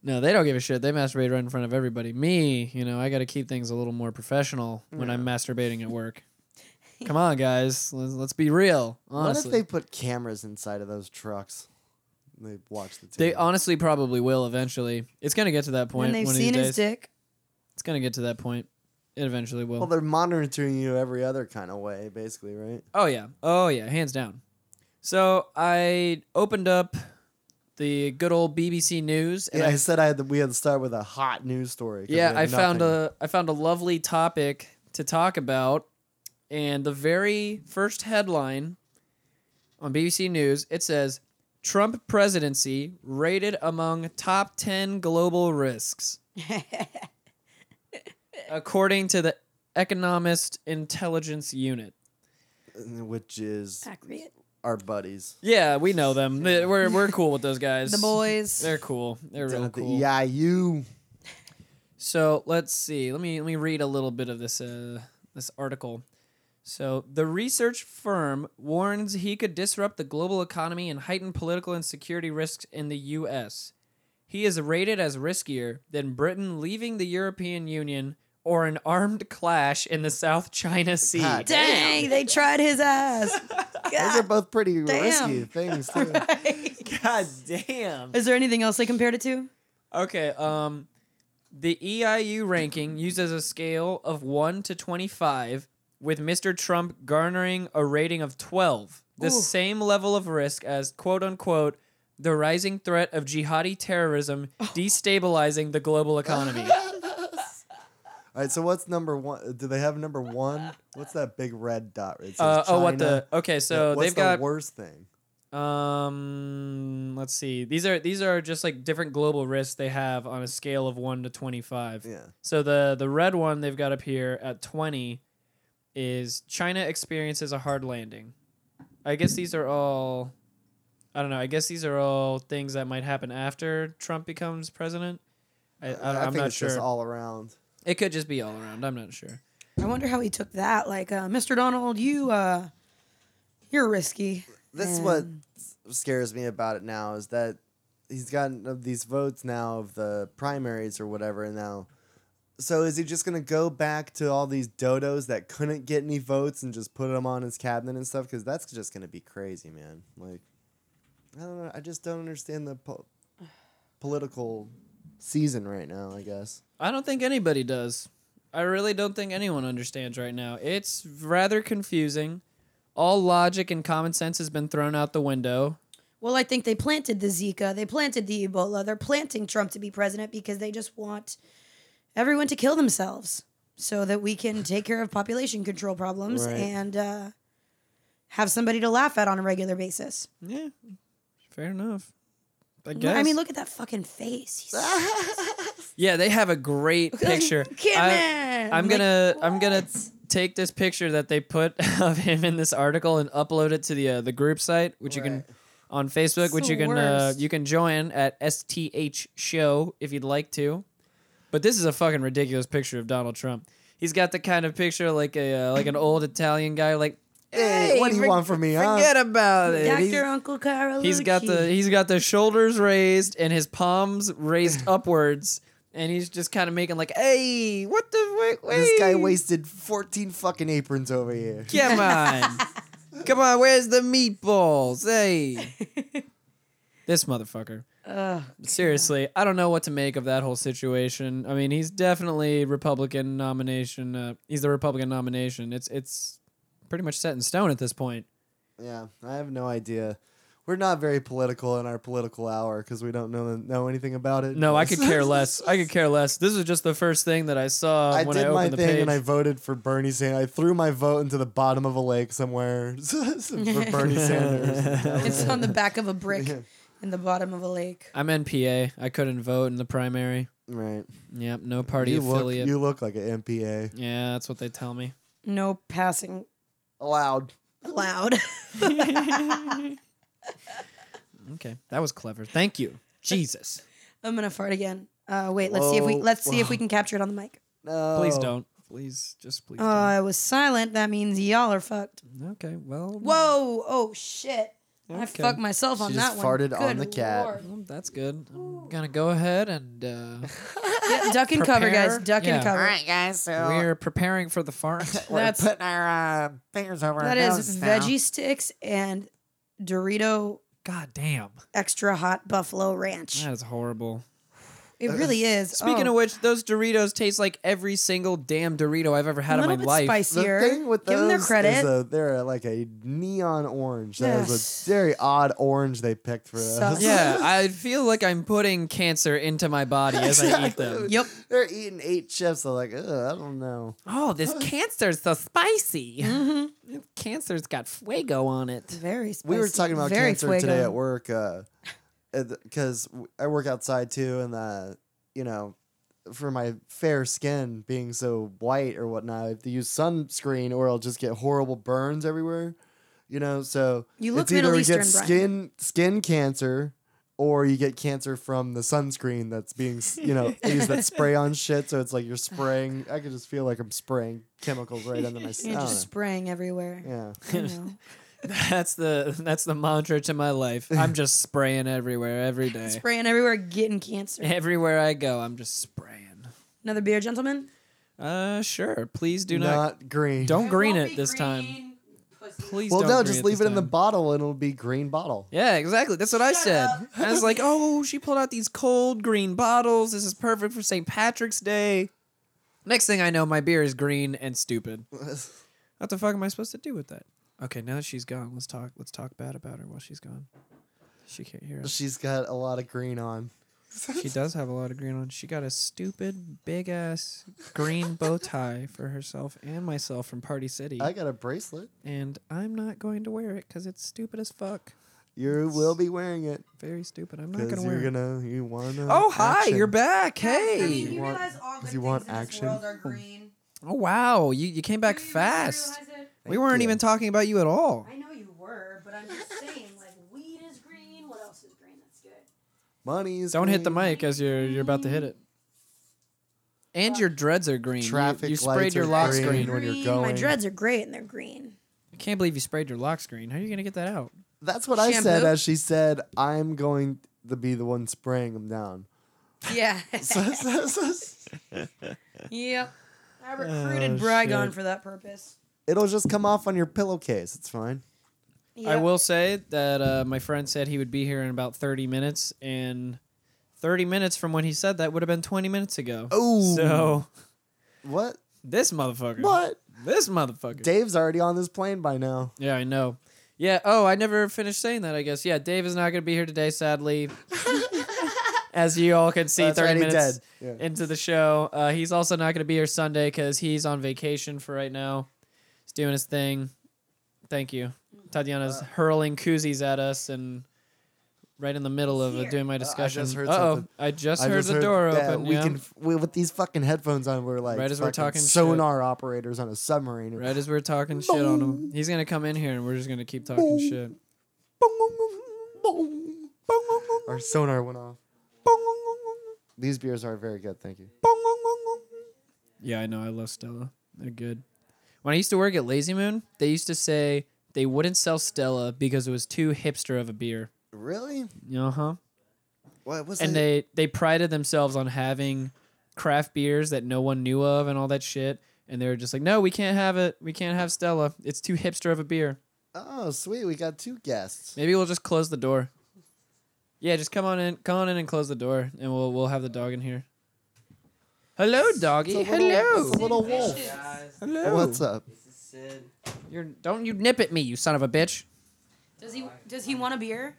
Speaker 1: No, they don't give a shit. They masturbate right in front of everybody. Me, you know, I got to keep things a little more professional when I'm masturbating at work. Come on, guys, let's, let's be real. Honestly,
Speaker 2: What if they put cameras inside of those trucks? And they watch the. TV?
Speaker 1: They honestly probably will eventually. It's gonna get to that point.
Speaker 3: When they've
Speaker 1: one
Speaker 3: seen
Speaker 1: of these
Speaker 3: his
Speaker 1: days.
Speaker 3: dick.
Speaker 1: It's gonna get to that point. It eventually will.
Speaker 2: Well, they're monitoring you every other kind of way, basically, right?
Speaker 1: oh yeah. Oh yeah. Hands down. So I opened up the good old BBC News, and
Speaker 2: yeah, I,
Speaker 1: I,
Speaker 2: said I had to, we had to start with a hot news story. 'cause we
Speaker 1: yeah,
Speaker 2: had
Speaker 1: I found
Speaker 2: nothing.
Speaker 1: a I found a lovely topic to talk about, and the very first headline on BBC News it says. Trump presidency rated among top 10 global risks. according to the Economist Intelligence Unit.
Speaker 2: which is
Speaker 3: Accurate.
Speaker 2: our buddies
Speaker 1: Yeah, we know them. They- We're we're cool with those guys.
Speaker 3: The boys.
Speaker 1: They're cool. They're
Speaker 2: down
Speaker 1: real
Speaker 2: at the
Speaker 1: cool.
Speaker 2: EIU.
Speaker 1: So let's see. Let me let me read a little bit of this uh, this article. So the research firm warns he could disrupt the global economy and heighten political and security risks in the U.S. He is rated as riskier than Britain leaving the European Union or an armed clash in the South China Sea.
Speaker 2: God
Speaker 3: Dang, they tried his ass.
Speaker 2: Those are both pretty risky
Speaker 3: damn.
Speaker 2: things too.
Speaker 1: God damn.
Speaker 3: Is there anything else they compared it to?
Speaker 1: Okay, um the EIU ranking uses a scale of 1 to 25 with Mr. Trump garnering a rating of 12. The
Speaker 3: Ooh.
Speaker 1: same level of risk as quote unquote the rising threat of jihadi terrorism
Speaker 2: Oh.
Speaker 1: destabilizing the global economy.
Speaker 2: All right, so what's number one? Do they have number one? What's that big red dot? It says
Speaker 1: uh, oh what
Speaker 2: China.
Speaker 1: the Okay, so
Speaker 2: What's
Speaker 1: they've
Speaker 2: the
Speaker 1: got
Speaker 2: worst thing.
Speaker 1: um let's see. These are these are just like different global risks they have on a scale of 1 to 25.
Speaker 2: Yeah.
Speaker 1: So the the red one they've got up here at 20 is China experiences a hard landing. I guess these are all I don't know. I guess these are all things that might happen after Trump becomes president. I, I,
Speaker 2: I
Speaker 1: am
Speaker 2: think
Speaker 1: not
Speaker 2: it's
Speaker 1: sure.
Speaker 2: just all around.
Speaker 1: it could just be all around. I'm not sure.
Speaker 3: I wonder how he took that. Like, uh, Mr. Donald, you, uh, you're risky.
Speaker 2: This is what s- scares me about it now is that he's gotten of these votes now of the primaries or whatever now. So is he just gonna go back to all these dodos that couldn't get any votes and just put them on his cabinet and stuff? Because that's just gonna be crazy, man. Like, I don't know. I just don't understand the po- political season right now. I guess.
Speaker 1: I don't think anybody does. I really don't think anyone understands right now. It's rather confusing. All logic and common sense has been thrown out the window.
Speaker 3: Well, I think they planted the Zika, they planted the Ebola, they're planting Trump to be president because they just want everyone to kill themselves so that we can take care of population control problems
Speaker 2: Right.
Speaker 3: and uh, have somebody to laugh at on a regular basis.
Speaker 1: Yeah, fair enough. I guess.
Speaker 3: I mean, look at that fucking face. He's
Speaker 1: Yeah, they have a great picture.
Speaker 3: Kidman!
Speaker 1: I, am
Speaker 3: Like,
Speaker 1: gonna I'm gonna
Speaker 3: what?
Speaker 1: take this picture that they put of him in this article and upload it to the uh, the group site, which you can
Speaker 2: Right.
Speaker 1: on Facebook, which
Speaker 3: the
Speaker 1: you can uh,
Speaker 3: worst.
Speaker 1: you can join at STH Show if you'd like to. But this is a fucking ridiculous picture of Donald Trump. He's got the kind of picture like a uh, like an old Italian guy, like
Speaker 2: Hey, what do you
Speaker 1: for-
Speaker 2: want from me, huh?"
Speaker 1: Forget about it. He's-
Speaker 3: Doctor Uncle Carl.
Speaker 1: He's got the he's got the shoulders raised and his palms raised upwards, and he's just kind of making like, "Hey, what the wait, wait.
Speaker 2: This guy wasted 14 fucking aprons over here.
Speaker 1: Come on, come on, where's the meatballs? Hey, this motherfucker.
Speaker 3: Ugh.
Speaker 1: Seriously, I don't know what to make of that whole situation. I mean, he's definitely Republican nomination. Uh, he's the Republican nomination. It's it's pretty much set in stone at this point.
Speaker 2: Yeah, I have no idea. We're not very political in our political hour because we don't know know anything about it.
Speaker 1: No, I could care less. I could care less. This is just the first thing that I saw
Speaker 2: I
Speaker 1: when
Speaker 2: did
Speaker 1: I opened
Speaker 2: my
Speaker 1: the
Speaker 2: thing
Speaker 1: page.
Speaker 2: and I voted for Bernie Sanders. I threw my vote into the bottom of a lake somewhere for Bernie Sanders.
Speaker 3: It's on the back of a brick in the bottom of a lake.
Speaker 1: I'm NPA. I couldn't vote in the primary.
Speaker 2: right.
Speaker 1: Yep, no party
Speaker 2: you look,
Speaker 1: affiliate.
Speaker 2: you look like an MPA.
Speaker 1: yeah, that's what they tell me.
Speaker 3: No passing
Speaker 2: Allowed.
Speaker 3: allowed.
Speaker 1: Okay, that was clever. Thank you, Jesus.
Speaker 3: I'm gonna fart again. Uh, wait, let's see if
Speaker 1: Oh,
Speaker 3: we
Speaker 2: Whoa.
Speaker 3: let's see if we can capture it on the mic.
Speaker 2: No.
Speaker 1: Please don't. Please, just please.
Speaker 3: Oh, I was silent. That means y'all are fucked.
Speaker 1: don't. Okay, well.
Speaker 3: Whoa! Oh shit! I
Speaker 1: Okay.
Speaker 3: fucked myself on
Speaker 2: She
Speaker 3: that
Speaker 2: just
Speaker 3: one.
Speaker 2: farted on
Speaker 3: Good
Speaker 2: the cat.
Speaker 3: lord.
Speaker 1: well, that's good. I'm gonna go ahead and uh,
Speaker 3: Yeah, duck and cover, guys.
Speaker 1: Prepare.
Speaker 3: Duck
Speaker 1: Yeah.
Speaker 3: and cover.
Speaker 4: All right, guys. So we're,
Speaker 1: we're preparing for the fart.
Speaker 3: That's-
Speaker 4: putting our uh, fingers over
Speaker 3: That
Speaker 4: our
Speaker 3: is
Speaker 4: noses now.
Speaker 3: veggie sticks and Dorito
Speaker 1: God damn,
Speaker 3: extra hot buffalo ranch.
Speaker 1: that is horrible.
Speaker 3: It really is.
Speaker 1: Uh, Speaking
Speaker 3: Oh,
Speaker 1: of which, those Doritos taste like every single damn Dorito I've ever had
Speaker 3: a
Speaker 1: in my
Speaker 3: little bit
Speaker 1: life.
Speaker 2: The
Speaker 3: spicier.
Speaker 2: thing with
Speaker 3: Give
Speaker 2: those
Speaker 3: them their credit.
Speaker 2: is uh, they're like a neon orange. That is
Speaker 3: Yes.
Speaker 2: a very odd orange they picked for
Speaker 3: Sus.
Speaker 2: us.
Speaker 1: Yeah, I feel like I'm putting cancer into my body as I eat them.
Speaker 3: Yep.
Speaker 2: They're eating eight chips. They're like, Ugh, I don't know.
Speaker 1: Oh, this cancer's so spicy. Mm-hmm. Cancer's got fuego on it.
Speaker 3: Very spicy.
Speaker 2: We were talking about
Speaker 3: Very
Speaker 2: cancer
Speaker 3: fuego.
Speaker 2: today at work uh, because I work outside too, and uh, you know, for my fair skin being so white or whatnot, I have to use sunscreen or I'll just get horrible burns everywhere. You know, so
Speaker 3: You look
Speaker 2: it's either
Speaker 3: Middle
Speaker 2: we get
Speaker 3: Eastern, Brian.
Speaker 2: skin skin cancer. Or you get cancer from the sunscreen that's being, s- you know, they use that spray on shit. So it's like you're spraying. I could just feel like I'm spraying chemicals right under my skin.
Speaker 3: You're just spraying everywhere.
Speaker 2: Uh, Yeah.
Speaker 3: I know.
Speaker 1: That's the that's the mantra to my life. I'm just spraying everywhere every day.
Speaker 3: spraying everywhere, getting cancer.
Speaker 1: Everywhere I go, I'm just spraying.
Speaker 3: Another beer, gentlemen.
Speaker 1: Uh, sure. Please do not.
Speaker 2: not green.
Speaker 1: Don't green it this time. Please.
Speaker 2: Well,
Speaker 1: don't
Speaker 2: no,
Speaker 1: green
Speaker 2: just
Speaker 1: it
Speaker 2: leave
Speaker 1: this
Speaker 2: it in the
Speaker 1: time.
Speaker 2: bottle and it'll be green bottle.
Speaker 1: Yeah, exactly. That's what I said. I was like, oh, she pulled out these cold green bottles. This is perfect for St. Patrick's Day. Next thing I know, my beer is green and stupid. What the fuck am I supposed to do with that? Okay, now that she's gone, let's talk. Let's talk bad about her while she's gone. She can't hear us.
Speaker 2: She's got a lot of green on.
Speaker 1: She does have a lot of green on. She got a stupid big ass green bow tie for herself and myself from Party City,
Speaker 2: I got a bracelet.
Speaker 1: and I'm not going to wear it because it's stupid as fuck.
Speaker 2: You will be wearing it
Speaker 1: Very stupid. I'm not
Speaker 2: because
Speaker 1: gonna
Speaker 2: you're
Speaker 1: wear it.
Speaker 2: gonna you wanna.
Speaker 1: Oh hi, you're
Speaker 2: action.
Speaker 1: back. Hey.
Speaker 2: you want- does he want action?
Speaker 3: green.
Speaker 1: Oh wow, you you came back
Speaker 3: Do you
Speaker 1: fast.
Speaker 3: realize it?
Speaker 1: We weren't
Speaker 2: you.
Speaker 1: even talking about you at all.
Speaker 3: I know you were, but I'm just saying, like, weed is green. What else is green? That's good.
Speaker 2: Money's
Speaker 1: Don't hit the
Speaker 2: green.
Speaker 1: mic as you're you're about to hit it. And your dreads are green. You-
Speaker 2: Traffic
Speaker 1: You, sprayed
Speaker 2: lights
Speaker 1: your
Speaker 2: are
Speaker 1: lock
Speaker 2: green.
Speaker 1: screen.
Speaker 2: when you're
Speaker 3: My
Speaker 2: going.
Speaker 3: dreads are great and they're green.
Speaker 1: I can't believe you sprayed your lock screen. How are you gonna get that out?
Speaker 2: That's what I said
Speaker 3: Shampoo?
Speaker 2: as she said, "I'm going to be the one spraying them down."
Speaker 3: Yeah.
Speaker 2: It'll
Speaker 3: yep. I recruited
Speaker 1: Oh,
Speaker 3: Brygon
Speaker 1: shit.
Speaker 3: for that purpose.
Speaker 2: just come off on your pillowcase. It's fine.
Speaker 1: I
Speaker 3: Yep.
Speaker 1: will say that uh, my friend said he would be here in about thirty minutes, and thirty minutes from when he said that would have been twenty minutes ago.
Speaker 2: Oh.
Speaker 1: so
Speaker 2: What?
Speaker 1: this motherfucker.
Speaker 2: What?
Speaker 1: This motherfucker.
Speaker 2: Dave's already on this plane by now.
Speaker 1: Yeah, I know. Yeah. Oh, I never finished saying that. I guess. Yeah, Dave is not going to be here today, sadly. As you all can see,
Speaker 2: That's
Speaker 1: thirty
Speaker 2: right, he
Speaker 1: minutes
Speaker 2: dead. Yeah.
Speaker 1: into the show, uh, he's also not going to be here Sunday because he's on vacation for right now. He's doing his thing. Thank you. Tatiana's
Speaker 2: Uh,
Speaker 1: hurling koozies at us and right in the middle of uh, doing my
Speaker 2: just
Speaker 1: discussion.
Speaker 2: heard
Speaker 1: oh,
Speaker 2: something.
Speaker 1: I just
Speaker 2: I
Speaker 1: heard
Speaker 2: just
Speaker 1: the door
Speaker 2: that
Speaker 1: open.
Speaker 2: We
Speaker 1: yeah.
Speaker 2: can, we, with these fucking headphones on, we're like
Speaker 1: Right as we're
Speaker 2: fucking
Speaker 1: talking shit.
Speaker 2: sonar operators on a submarine.
Speaker 1: Right as we're talking shit on him, he's gonna come in here and we're just gonna keep talking shit.
Speaker 2: Our sonar went off. These beers are very good, thank you.
Speaker 1: Yeah, I know. I love Stella. They're good. When I used to work at Lazy Moon, they used to say they wouldn't sell Stella because it was too hipster of a beer.
Speaker 2: Really?
Speaker 1: Uh huh.
Speaker 2: What was
Speaker 1: And
Speaker 2: it?
Speaker 1: they they prided themselves on having craft beers that no one knew of and all that shit. And they were just like, no, we can't have it. We can't have Stella. It's too hipster of a beer.
Speaker 2: Oh, sweet. We got two guests.
Speaker 1: Maybe we'll just close the door. Yeah, just come on in, come on in and close the door, and we'll we'll have the dog in here. Hello, doggy.
Speaker 2: It's a little-
Speaker 1: Hello.
Speaker 2: it's a little wolf.
Speaker 1: Hello.
Speaker 2: What's up?
Speaker 1: You're, don't you nip at me, you son of a bitch.
Speaker 3: Does he does he want a beer?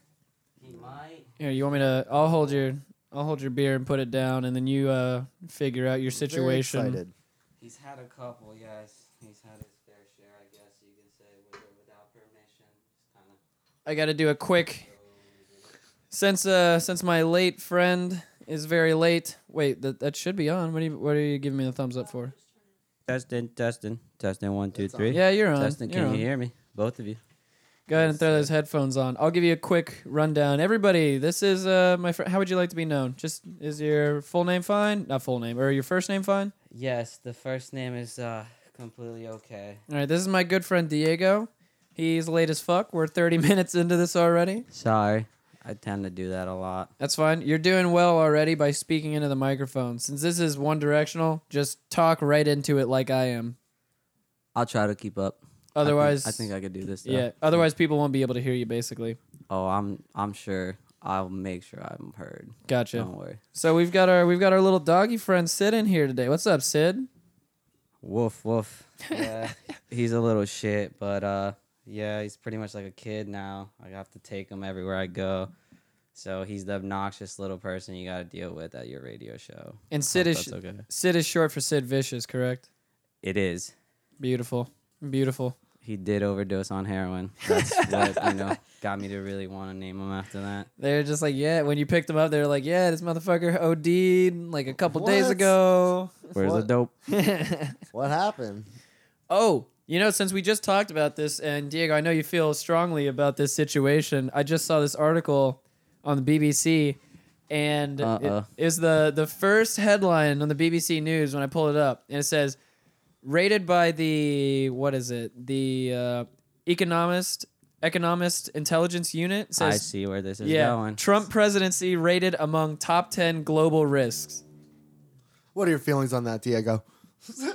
Speaker 1: Here, you want me to? I'll hold your, I'll hold your beer and put it down, and then you uh figure out your situation.
Speaker 2: Very excited.
Speaker 5: He's had a couple, yes. He's had his fair share, I guess you can say, with or without permission. It's kind of
Speaker 1: I got to do a quick. Since uh since my late friend is very late. Wait, that that should be on. What are you what are you giving me the thumbs up for?
Speaker 5: testing, testing, testing. One, two, three.
Speaker 1: Yeah, you're on.
Speaker 5: Testing.
Speaker 1: You're
Speaker 5: Can
Speaker 1: on.
Speaker 5: you hear me? Both of you.
Speaker 1: Go ahead and throw those headphones on. I'll give you a quick rundown. Everybody, this is uh my friend. How would you like to be known? Just is your full name fine? Not full name, or your first name fine?
Speaker 5: Yes, the first name is uh completely okay.
Speaker 1: All right, this is my good friend Diego. He's late as fuck. We're 30 minutes into this already.
Speaker 5: Sorry, I tend to do that a lot.
Speaker 1: That's fine. You're doing well already by speaking into the microphone. Since this is one directional, just talk right into it like I am.
Speaker 5: I'll try to keep up. I think-
Speaker 1: Otherwise,
Speaker 5: I think I, could do this. Though.
Speaker 1: yeah. Otherwise, people won't be able to hear you. Basically,
Speaker 5: Oh, I'm I'm sure. I'll make sure I'm heard.
Speaker 1: gotcha.
Speaker 5: Don't worry.
Speaker 1: So we've got our we've got our little doggy friend Sid in here today. What's up, Sid?
Speaker 5: Woof woof. Yeah, he's a little shit, but uh, yeah, he's pretty much like a kid now. I have to take him everywhere I go. So he's the obnoxious little person you got to deal with at your radio show.
Speaker 1: And Sid
Speaker 5: Hope
Speaker 1: is
Speaker 5: Oh, that's okay.
Speaker 1: Sid is short for Sid Vicious, correct?
Speaker 5: It is.
Speaker 1: Beautiful, beautiful.
Speaker 5: He did overdose on heroin. That's what you know got me to really want to name him after that.
Speaker 1: They're just like, yeah. When you picked them up, they're like, yeah, this motherfucker OD'd like a couple days
Speaker 2: What?
Speaker 1: ago.
Speaker 5: Where's
Speaker 2: What?
Speaker 5: the dope?
Speaker 2: What happened?
Speaker 1: oh, you know, since we just talked about this, and Diego, I know you feel strongly about this situation. I just saw this article on the BBC, and it
Speaker 5: Uh-oh.
Speaker 1: is the the first headline on the BBC News when I pull it up, and it says, rated by the what is it? The uh, Economist Economist Intelligence Unit
Speaker 5: I
Speaker 1: says
Speaker 5: see where this is
Speaker 1: Yeah.
Speaker 5: going.
Speaker 1: Trump presidency rated among top 10 global risks.
Speaker 2: What are your feelings on that, Diego?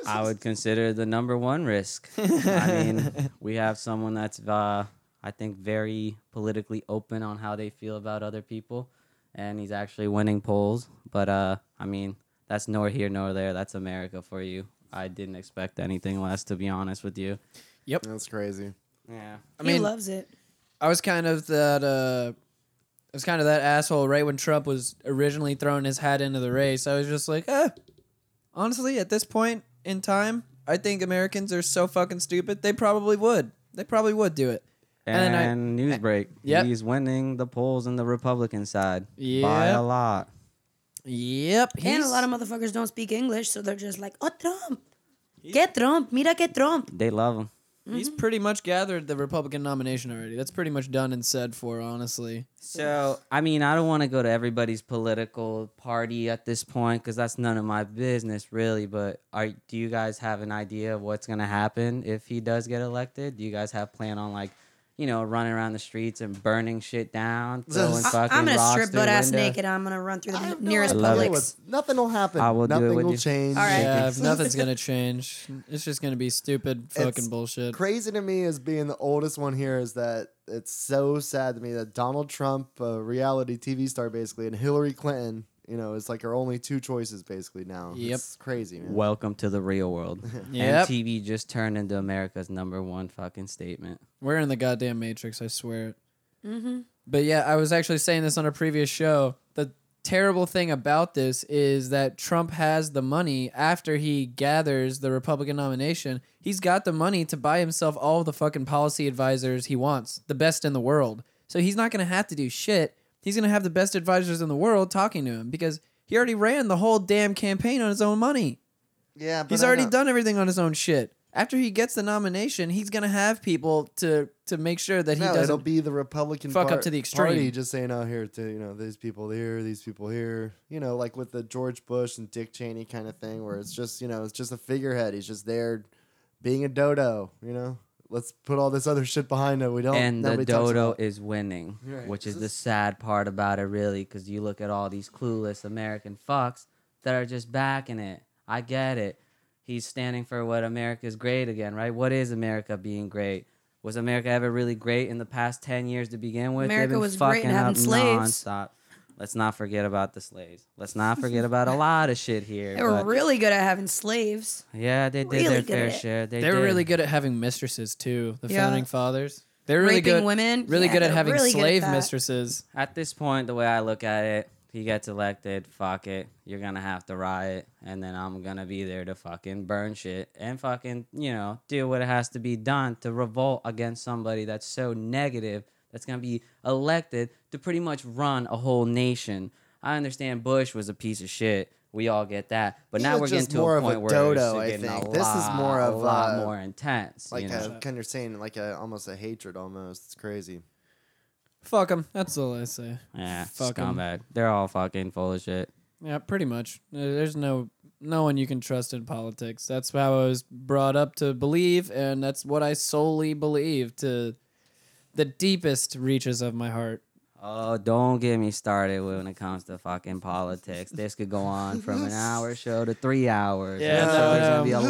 Speaker 5: I would consider the number one risk. I mean, we have someone that's, uh, I think, very politically open on how they feel about other people, and he's actually winning polls. But uh, I mean, that's nor here nor there. That's America for you. I didn't expect anything less, to be honest with you.
Speaker 2: That's crazy.
Speaker 5: Yeah.
Speaker 1: I
Speaker 3: he
Speaker 1: mean,
Speaker 3: loves it.
Speaker 1: I was kind of that uh I was kind of that asshole right when Trump was originally throwing his hat into the race. I was just like, eh. Honestly, at this point in time, I think Americans are so fucking stupid. They probably would. They probably would do it. And
Speaker 5: And,
Speaker 1: then I-
Speaker 5: news break.
Speaker 1: Yep.
Speaker 5: He's winning the polls on the Republican side by
Speaker 1: Yep.
Speaker 5: a lot.
Speaker 1: Yep.
Speaker 3: and a
Speaker 1: he's-
Speaker 3: lot of motherfuckers don't speak English, so they're just like, "Oh, Trump, get Trump, mira que Trump."
Speaker 5: They love him.
Speaker 1: He's
Speaker 3: mm-hmm.
Speaker 1: pretty much gathered the Republican nomination already. That's pretty much done and said for, honestly.
Speaker 5: So, I mean, I don't want to go to everybody's political party at this point because that's none of my business, really. But are do you guys have an idea of what's gonna happen if he does get elected? Do you guys have plan on like, you know, running around the streets and burning shit down, throwing
Speaker 3: I-
Speaker 5: fucking
Speaker 3: I'm gonna
Speaker 5: rocks
Speaker 3: strip
Speaker 5: through
Speaker 3: butt ass
Speaker 5: windows?
Speaker 3: naked. I'm gonna run through the
Speaker 2: I have no
Speaker 3: nearest
Speaker 2: idea
Speaker 5: love it.
Speaker 3: Publix.
Speaker 2: what's- Nothing will happen.
Speaker 5: I will do it
Speaker 2: Nothing
Speaker 5: with
Speaker 2: will
Speaker 5: you.
Speaker 2: change.
Speaker 3: All right.
Speaker 1: Yeah, nothing's gonna change. It's just gonna be stupid fucking
Speaker 2: It's
Speaker 1: bullshit.
Speaker 2: crazy to me as being the oldest one here is that it's so sad to me that Donald Trump, a reality TV star basically, and Hillary Clinton, you know, is like our only two choices basically now.
Speaker 1: Yep.
Speaker 2: It's crazy, man.
Speaker 5: Welcome to the real world.
Speaker 1: Yep.
Speaker 5: MTV just turned into America's number one fucking statement.
Speaker 1: We're in the goddamn matrix, I swear it. Mm-hmm. But yeah, I was actually saying this on a previous show. The terrible thing about this is that Trump has the money after he gathers the Republican nomination. He's got the money to buy himself all the fucking policy advisors he wants, the best in the world. So he's not gonna have to do shit. He's gonna have the best advisors in the world talking to him because he already ran the whole damn campaign on his own money.
Speaker 2: Yeah, but
Speaker 1: He's
Speaker 2: I
Speaker 1: already
Speaker 2: don't-
Speaker 1: done everything on his own shit. after he gets the nomination, he's gonna have people to to make sure that he
Speaker 2: no, it'll
Speaker 1: doesn't.
Speaker 2: be the Republican
Speaker 1: fuck up
Speaker 2: par-
Speaker 1: to the
Speaker 2: Party
Speaker 1: extreme.
Speaker 2: just saying, "Oh, here to you know these people here, these people here." You know, like with the George Bush and Dick Cheney kind of thing, where it's just you know it's just a figurehead. He's just there, being a dodo. You know, let's put all this other shit behind him. We don't.
Speaker 5: and the
Speaker 2: nobody talks
Speaker 5: dodo
Speaker 2: about-
Speaker 5: is winning,
Speaker 2: Right.
Speaker 5: which
Speaker 2: This
Speaker 5: is the
Speaker 2: is-
Speaker 5: sad part about it, really, because you look at all these clueless American fucks that are just backing it. I get it. He's standing for what America's great again, right? What is America being great? Was America ever really great in the past ten years to begin with? They've
Speaker 3: America
Speaker 5: been
Speaker 3: was great
Speaker 5: fucking
Speaker 3: in having
Speaker 5: up
Speaker 3: slaves.
Speaker 5: nonstop. Let's not forget about the slaves. Let's not forget about a lot of shit here.
Speaker 3: They were
Speaker 5: but-
Speaker 3: really good at having slaves.
Speaker 5: yeah, they did
Speaker 3: really
Speaker 5: their
Speaker 3: good
Speaker 5: fair
Speaker 3: at it.
Speaker 5: share. They
Speaker 1: They were
Speaker 5: did.
Speaker 1: really good at having mistresses too. The
Speaker 3: Yeah.
Speaker 1: founding fathers. They're really
Speaker 3: Raping
Speaker 1: good.
Speaker 3: women.
Speaker 1: Really
Speaker 3: Yeah,
Speaker 1: good at
Speaker 3: they're
Speaker 1: having
Speaker 3: really good at
Speaker 1: slave
Speaker 3: that.
Speaker 1: mistresses.
Speaker 5: At this point, the way I look at it, he gets elected, fuck it. You're going to have to riot. And then I'm going to be there to fucking burn shit and fucking, you know, do what has to be done to revolt against somebody that's so negative that's going to be elected to pretty much run a whole nation. I understand Bush was a piece of shit. We all get that. But
Speaker 2: He
Speaker 5: now
Speaker 2: was
Speaker 5: we're
Speaker 2: just
Speaker 5: getting to
Speaker 2: more
Speaker 5: a
Speaker 2: of a
Speaker 5: point where
Speaker 2: dodo, I
Speaker 5: it's getting
Speaker 2: think.
Speaker 5: a
Speaker 2: This is
Speaker 5: lot,
Speaker 2: more
Speaker 5: a
Speaker 2: of,
Speaker 5: lot
Speaker 2: uh,
Speaker 5: more intense.
Speaker 2: like
Speaker 5: you know?
Speaker 2: a kind of saying like a almost a hatred almost. It's crazy.
Speaker 1: Fuck them. That's all I say.
Speaker 5: yeah,
Speaker 1: fuck 'em.
Speaker 5: scumbag. They're all fucking full of shit.
Speaker 1: Yeah, pretty much. Uh, There's no no one you can trust in politics. That's how I was brought up to believe, and that's what I solely believe to the deepest reaches of my heart.
Speaker 5: Oh, don't get me started when it comes to fucking politics. This could go on from an hour show to three hours.
Speaker 1: Yeah,
Speaker 5: I'm sure
Speaker 1: no,
Speaker 5: there's gonna be a
Speaker 1: no.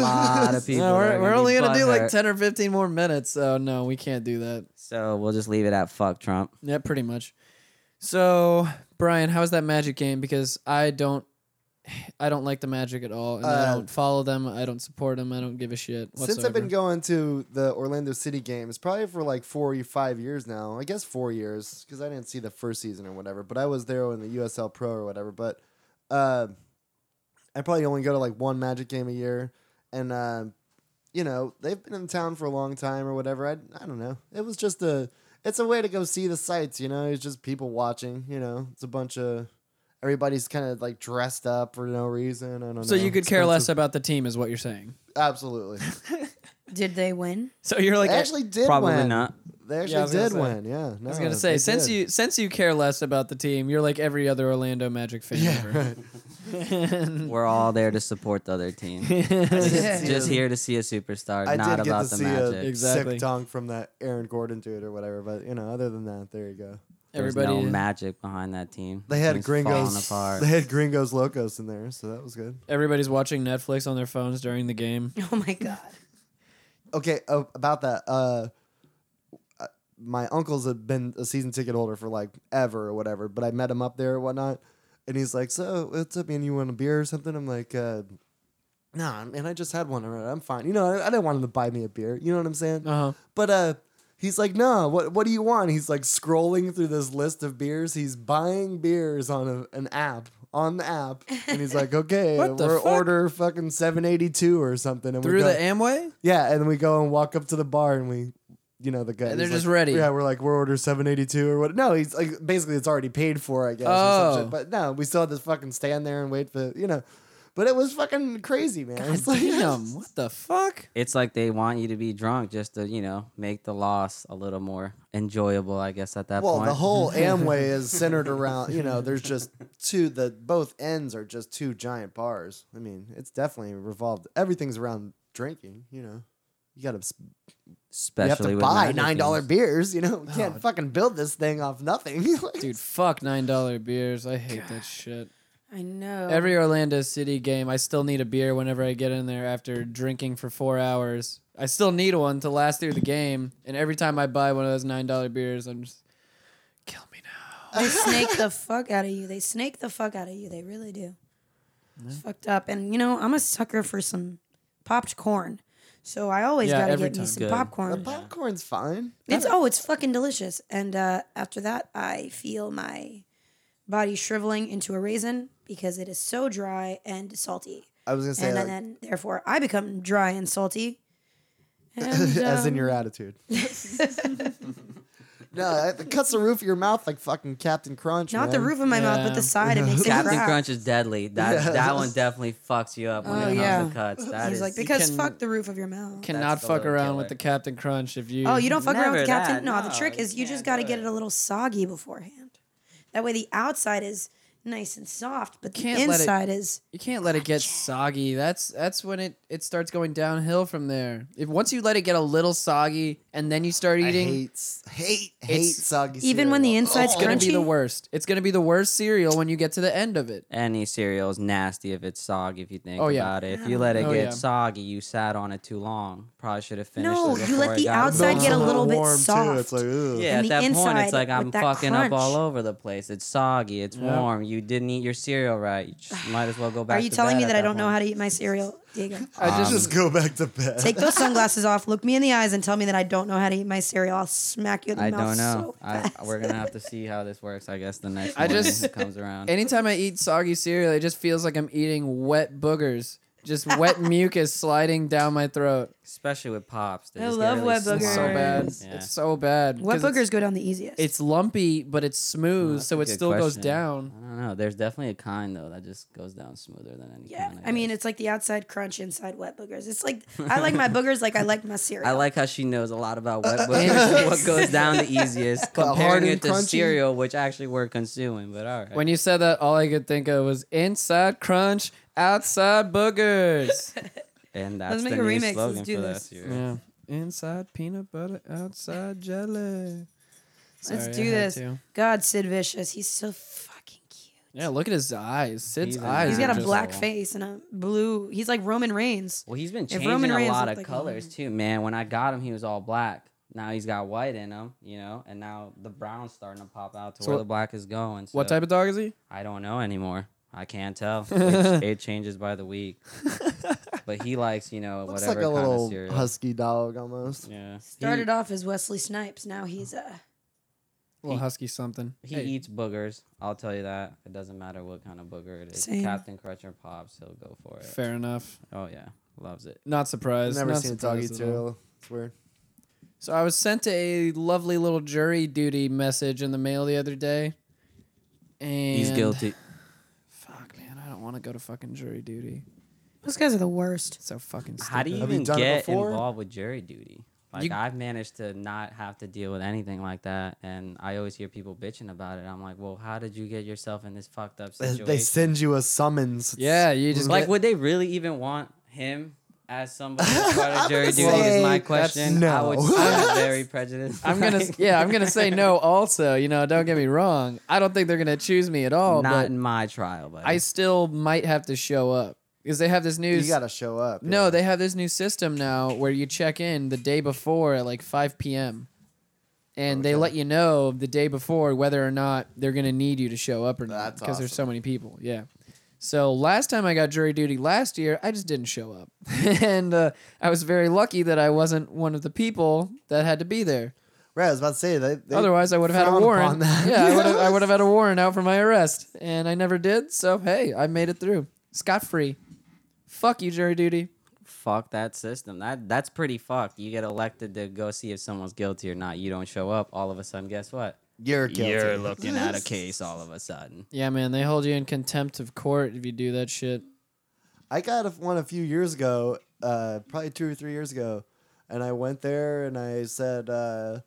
Speaker 5: lot of people.
Speaker 1: No,
Speaker 5: that
Speaker 1: we're,
Speaker 5: are
Speaker 1: we're
Speaker 5: be
Speaker 1: only gonna do like
Speaker 5: butthurt.
Speaker 1: ten or fifteen more minutes, so no, we can't do that.
Speaker 5: So we'll just leave it at fuck Trump.
Speaker 1: Yeah, pretty much. So, Brian, how was that Magic game? Because I don't, I don't like the Magic at all, and I
Speaker 2: Uh,
Speaker 1: don't follow them. I don't support them. I don't give a shit.
Speaker 2: Since I've been
Speaker 1: whatsoever.
Speaker 2: going to the Orlando City games, probably for like four or five years now. I guess four years because I didn't see the first season or whatever. But I was there in the USL Pro or whatever. But uh, I probably only go to like one Magic game a year, and uh, you know they've been in town for a long time or whatever. I I don't know. It was just a it's a way to go see the sights. You know, it's just people watching. You know, it's a bunch of everybody's kind of like dressed up for no reason. I don't know.
Speaker 1: so you could care
Speaker 2: Expensive-
Speaker 1: less about the team, is what you're saying.
Speaker 2: Absolutely.
Speaker 3: Did they win?
Speaker 1: So you're like
Speaker 2: they actually Uh, did
Speaker 5: Probably
Speaker 2: win.
Speaker 5: not.
Speaker 2: They actually
Speaker 1: Yeah, I was gonna
Speaker 2: did
Speaker 1: say.
Speaker 2: win. Yeah,
Speaker 1: I was gonna say since you since you care less about the team, you're like every other Orlando Magic fan. ever.
Speaker 5: We're all there to support the other team.
Speaker 2: did
Speaker 5: just,
Speaker 2: see
Speaker 5: just
Speaker 2: it.
Speaker 5: here to see a superstar,
Speaker 2: I
Speaker 5: not
Speaker 2: did get
Speaker 5: about
Speaker 2: to
Speaker 5: the
Speaker 2: see
Speaker 5: magic.
Speaker 2: a
Speaker 1: Exactly.
Speaker 2: sick dunk from that Aaron Gordon dude or whatever, but you know, other than that, there you go.
Speaker 5: There's
Speaker 1: Everybody,
Speaker 5: no magic behind that team.
Speaker 2: They had
Speaker 5: Team's falling
Speaker 2: Gringos.
Speaker 5: apart.
Speaker 2: They had Gringos Locos in there, so that was good.
Speaker 1: everybody's watching Netflix on their phones during the game.
Speaker 3: Oh my god.
Speaker 2: Okay, oh, about that. Uh, uh, my uncle's have been a season ticket holder for like ever or whatever, but I met him up there and whatnot, and he's like, "So what's up, man? You want a beer or something?" I'm like, uh, "Nah, man, I just had one. already. I'm fine. You know, I, I didn't want him to buy me a beer. You know what I'm saying?"
Speaker 5: Uh-huh.
Speaker 1: Uh huh.
Speaker 2: But uh he's like, no, what what do you want? He's like scrolling through this list of beers. He's buying beers on a, an app. On the app, and he's like, "Okay,
Speaker 1: What the
Speaker 2: we're
Speaker 1: fuck?
Speaker 2: order fucking seven eighty two or something." And
Speaker 1: Through
Speaker 2: we go,
Speaker 1: the Amway.
Speaker 2: yeah, and we go and walk up to the bar, and we, you know, the guy.
Speaker 1: And they're
Speaker 2: he's
Speaker 1: just
Speaker 2: like-
Speaker 1: ready.
Speaker 2: Yeah, we're like, we're order seven eighty two or what? No, he's like, basically, it's already paid for, I guess. or some
Speaker 1: Oh.
Speaker 2: shit. but no, we still had to fucking stand there and wait for, you know, but it was fucking crazy, man. it's like,
Speaker 1: Damn, what the fuck?
Speaker 5: it's like they want you to be drunk just to you know make the loss a little more enjoyable i guess at that
Speaker 2: well,
Speaker 5: point
Speaker 2: the whole Amway is centered around, you know, there's just two, the both ends are just two giant bars. I mean, it's definitely revolved. Everything's around drinking, you know. You got to you have
Speaker 5: especially
Speaker 2: to
Speaker 5: with
Speaker 2: buy
Speaker 5: magic
Speaker 2: nine Oh. dollar
Speaker 5: games.
Speaker 2: beers, you know. We can't fucking build this thing off nothing,
Speaker 1: Dude, fuck nine dollar beers. I hate that shit.
Speaker 3: I know.
Speaker 1: Every Orlando City game, I still need a beer whenever I get in there after drinking for four hours. I still need one to last through the game. And every time I buy one of those nine dollar beers, I'm just kill me now.
Speaker 3: they snake the fuck out of you. They snake the fuck out of you. They really do. It's fucked up. And you know, I'm a sucker for some popped corn. So I always
Speaker 1: Yeah,
Speaker 3: gotta
Speaker 1: every
Speaker 3: get
Speaker 1: time.
Speaker 3: me some
Speaker 5: Good.
Speaker 2: The
Speaker 3: popcorn.
Speaker 2: popcorn's fine.
Speaker 3: It's oh, it's fucking delicious. And uh, after that, I feel my body shriveling into a raisin because it is so dry and salty.
Speaker 2: I was gonna say,
Speaker 3: and
Speaker 2: like,
Speaker 3: then therefore, I become dry and salty. And,
Speaker 2: as in
Speaker 3: um,
Speaker 2: your attitude. No, it cuts the roof of your mouth like fucking Captain Crunch.
Speaker 3: Not the
Speaker 2: man.
Speaker 3: roof of my mouth, but
Speaker 1: Yeah.
Speaker 3: the side. It makes it
Speaker 5: Captain
Speaker 3: crack.
Speaker 5: Crunch is deadly. That
Speaker 2: Yeah.
Speaker 5: that one definitely fucks you up when
Speaker 3: Oh,
Speaker 5: it comes
Speaker 3: yeah.
Speaker 5: to cuts. That
Speaker 3: He's
Speaker 5: is-
Speaker 3: like because
Speaker 1: can-
Speaker 3: fuck the roof of your mouth.
Speaker 1: Cannot
Speaker 5: the
Speaker 1: fuck
Speaker 5: little
Speaker 1: around
Speaker 5: killer.
Speaker 1: with the Captain Crunch if you.
Speaker 3: Oh, you don't fuck around with the
Speaker 5: Never
Speaker 3: captain.
Speaker 5: that,
Speaker 3: no, the
Speaker 5: no,
Speaker 3: trick
Speaker 5: you
Speaker 3: is you
Speaker 5: can't
Speaker 3: just got to
Speaker 5: do
Speaker 3: get it
Speaker 5: it.
Speaker 3: a little soggy beforehand. That way the outside is nice and soft, but the
Speaker 1: Can't let it-
Speaker 3: inside is
Speaker 1: You can't let it get soggy. That's that's when it it starts going downhill from there. If once you let it get a little soggy and then you start
Speaker 2: I
Speaker 1: eating,
Speaker 2: hate, s- hate, hate
Speaker 1: It's-
Speaker 2: soggy.
Speaker 3: even when the
Speaker 2: cereal.
Speaker 3: inside's
Speaker 1: it's gonna be
Speaker 3: crunchy.
Speaker 1: the worst. It's gonna be the worst cereal when you get to the end of it.
Speaker 5: any cereal is nasty if it's soggy. If you think
Speaker 1: Oh, yeah.
Speaker 5: about it, if you let it
Speaker 1: Oh,
Speaker 5: get
Speaker 1: yeah.
Speaker 5: soggy, you sat on it too long. Probably should have finished.
Speaker 3: No,
Speaker 5: it
Speaker 3: you
Speaker 5: before
Speaker 3: let
Speaker 5: it
Speaker 3: the
Speaker 5: got
Speaker 3: outside
Speaker 5: warm.
Speaker 3: get a little bit
Speaker 2: warm,
Speaker 3: soft.
Speaker 2: Too. It's like, ugh.
Speaker 5: Yeah,
Speaker 3: and
Speaker 5: at
Speaker 3: the
Speaker 5: that point,
Speaker 3: inside
Speaker 5: it's like I'm
Speaker 3: with that
Speaker 5: fucking
Speaker 3: crunch.
Speaker 5: up all over the place. It's soggy. It's
Speaker 1: Yeah.
Speaker 5: warm. You didn't eat your cereal right. You just might as well go back.
Speaker 3: Are you
Speaker 5: to
Speaker 3: telling
Speaker 5: bed
Speaker 3: me
Speaker 5: at
Speaker 3: that I don't know
Speaker 5: point.
Speaker 3: how to eat my cereal, Diego?
Speaker 1: I
Speaker 2: just,
Speaker 1: just,
Speaker 2: go back to bed.
Speaker 3: Take those sunglasses off. Look me in the eyes and tell me that I don't know how to eat my cereal. I'll smack you in the
Speaker 5: I
Speaker 3: mouth.
Speaker 5: don't know.
Speaker 3: so
Speaker 5: I,
Speaker 3: fast.
Speaker 5: we're gonna have to see how this works. I guess the next
Speaker 1: I
Speaker 5: one
Speaker 1: just-
Speaker 5: that comes around.
Speaker 1: anytime I eat soggy cereal, it just feels like I'm eating wet boogers, just wet mucus sliding down my throat.
Speaker 5: Especially with pops. They
Speaker 3: I
Speaker 5: just
Speaker 3: love
Speaker 5: get really
Speaker 3: wet
Speaker 5: small.
Speaker 1: It's so bad.
Speaker 5: Yeah.
Speaker 1: It's so bad.
Speaker 3: What
Speaker 1: 'Cause it's-
Speaker 3: boogers go down the easiest?
Speaker 1: It's lumpy, but it's
Speaker 5: Well,
Speaker 1: smooth,
Speaker 5: that's
Speaker 1: so
Speaker 5: a
Speaker 1: it
Speaker 5: good
Speaker 1: still goes
Speaker 5: question.
Speaker 1: down.
Speaker 5: I don't know. There's definitely a kind though that just goes down smoother than any
Speaker 3: yeah.
Speaker 5: kind.
Speaker 3: I mean,
Speaker 5: guess.
Speaker 3: it's like the outside crunch, inside wet boogers. It's like I like my boogers like I like my cereal.
Speaker 5: I like how she knows a lot about wet boogers, what goes down the easiest,
Speaker 2: Well, hard
Speaker 5: comparing
Speaker 2: and
Speaker 5: it to
Speaker 2: crunchy.
Speaker 5: cereal, which actually we're consuming. But all right.
Speaker 1: When you said that, all I could think of was inside crunch, outside boogers.
Speaker 5: and that's
Speaker 3: Let's
Speaker 5: the
Speaker 3: make
Speaker 5: new
Speaker 3: a remix.
Speaker 5: slogan
Speaker 3: Let's do
Speaker 5: for
Speaker 3: this.
Speaker 5: this year.
Speaker 1: yeah, inside peanut butter, outside jelly.
Speaker 3: Let's
Speaker 1: Sorry, I
Speaker 3: do
Speaker 1: had
Speaker 3: this.
Speaker 1: to.
Speaker 3: God, Sid Vicious. He's so fucking cute.
Speaker 1: Yeah, look at his eyes. Sid's
Speaker 5: He's a-
Speaker 1: eyes.
Speaker 3: He's
Speaker 1: are
Speaker 3: got a
Speaker 1: just-
Speaker 3: black
Speaker 5: Cool.
Speaker 3: face and a blue. He's like Roman Reigns.
Speaker 5: Well, he's been
Speaker 3: If
Speaker 5: changing
Speaker 3: Roman
Speaker 5: a
Speaker 3: Reigns
Speaker 5: lot
Speaker 3: looked
Speaker 5: of
Speaker 3: like a
Speaker 5: colors too, man. When I got him, he was all black. Now he's got white in him, you know, and now the brown's starting to pop out to
Speaker 1: So
Speaker 5: where
Speaker 1: what-
Speaker 5: the black is going.
Speaker 1: What
Speaker 5: so
Speaker 1: type of dog is he?
Speaker 5: I don't know anymore. I can't tell. It, it changes by the week. But he likes, you know,
Speaker 2: Looks
Speaker 5: whatever
Speaker 2: like a
Speaker 5: kind
Speaker 2: little
Speaker 5: of cereal.
Speaker 2: husky dog almost.
Speaker 5: Yeah.
Speaker 3: Started off as Wesley Snipes. Now he's uh,
Speaker 1: little
Speaker 5: He-
Speaker 1: husky something.
Speaker 5: He
Speaker 1: Hey,
Speaker 5: eats boogers. I'll tell you that. It doesn't matter what kind of booger it is.
Speaker 3: Same.
Speaker 5: Captain Crunch or Pops, he'll go for it.
Speaker 1: Fair enough.
Speaker 5: Oh yeah, loves it.
Speaker 1: Not
Speaker 2: I've
Speaker 1: surprised.
Speaker 2: never
Speaker 1: Not
Speaker 2: seen a dog
Speaker 1: surprised
Speaker 2: eat
Speaker 1: at all.
Speaker 2: cereal. It's weird.
Speaker 1: So I was sent a lovely little jury duty message in the mail the other day. And
Speaker 5: He's guilty.
Speaker 1: Fuck, man, I don't want to go to fucking jury duty.
Speaker 3: those guys are the worst.
Speaker 1: It's so fucking stupid.
Speaker 5: How do you
Speaker 2: Have you
Speaker 5: even
Speaker 2: done it
Speaker 5: get
Speaker 2: before?
Speaker 5: involved with jury duty? Like
Speaker 1: You-
Speaker 5: I've managed to not have to deal with anything like that, and I always hear people bitching about it. I'm like, well, how did you get yourself in this fucked up
Speaker 2: They,
Speaker 5: situation?
Speaker 2: they send you a summons. It's-
Speaker 1: Yeah, you just
Speaker 5: like,
Speaker 1: get-
Speaker 5: would they really even want him as somebody as part of jury
Speaker 2: gonna
Speaker 5: duty? Is
Speaker 2: say
Speaker 5: my question. I would.
Speaker 2: no.
Speaker 5: I'm very prejudiced.
Speaker 1: I'm gonna
Speaker 5: Like,
Speaker 1: yeah, I'm gonna say no. Also, you know, don't get me wrong. I don't think they're gonna choose me at all.
Speaker 5: not
Speaker 1: but
Speaker 5: in my trial, but
Speaker 1: I still might have to show up because they have this new.
Speaker 2: You gotta show up.
Speaker 1: no,
Speaker 2: yeah.
Speaker 1: they have this new system now where you check in the day before at like 5 p.m. And they let you know the day before whether or not they're gonna need you to show up or not
Speaker 2: That's
Speaker 1: because there's so many people. Yeah. So last time I got jury duty last year, I just didn't show up, and uh, I was very lucky that I wasn't one of the people that had to be there.
Speaker 2: Right, I was about to say they, they
Speaker 1: Otherwise, I would have had a
Speaker 2: frown upon
Speaker 1: warrant.
Speaker 2: that.
Speaker 1: Yeah, I would have, I would have had a warrant out for my arrest, and I never did. So hey, I made it through scot free. Fuck you, jury duty.
Speaker 5: fuck that system. That that's pretty fucked. You get elected to go see if someone's guilty or not. You don't show up. All of a sudden, guess what?
Speaker 2: You're guilty.
Speaker 5: You're looking at a case all of a sudden.
Speaker 1: Yeah, man, they hold you in contempt of court if you do that shit.
Speaker 2: I got a, one a few years ago, uh, probably two or three years ago, and I went there and I said, uh,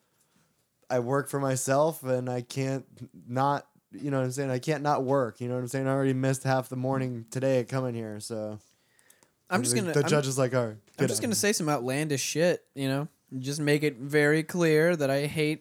Speaker 2: I work for myself and I can't not, you know what I'm saying? I can't not work. You know what I'm saying? I already missed half the morning today coming here, so
Speaker 1: I'm
Speaker 2: And
Speaker 1: just
Speaker 2: the-
Speaker 1: gonna.
Speaker 2: The
Speaker 1: I'm,
Speaker 2: judge is like, all right,
Speaker 1: I'm
Speaker 2: get
Speaker 1: just
Speaker 2: out.
Speaker 1: gonna say some outlandish shit. You know, just make it very clear that I hate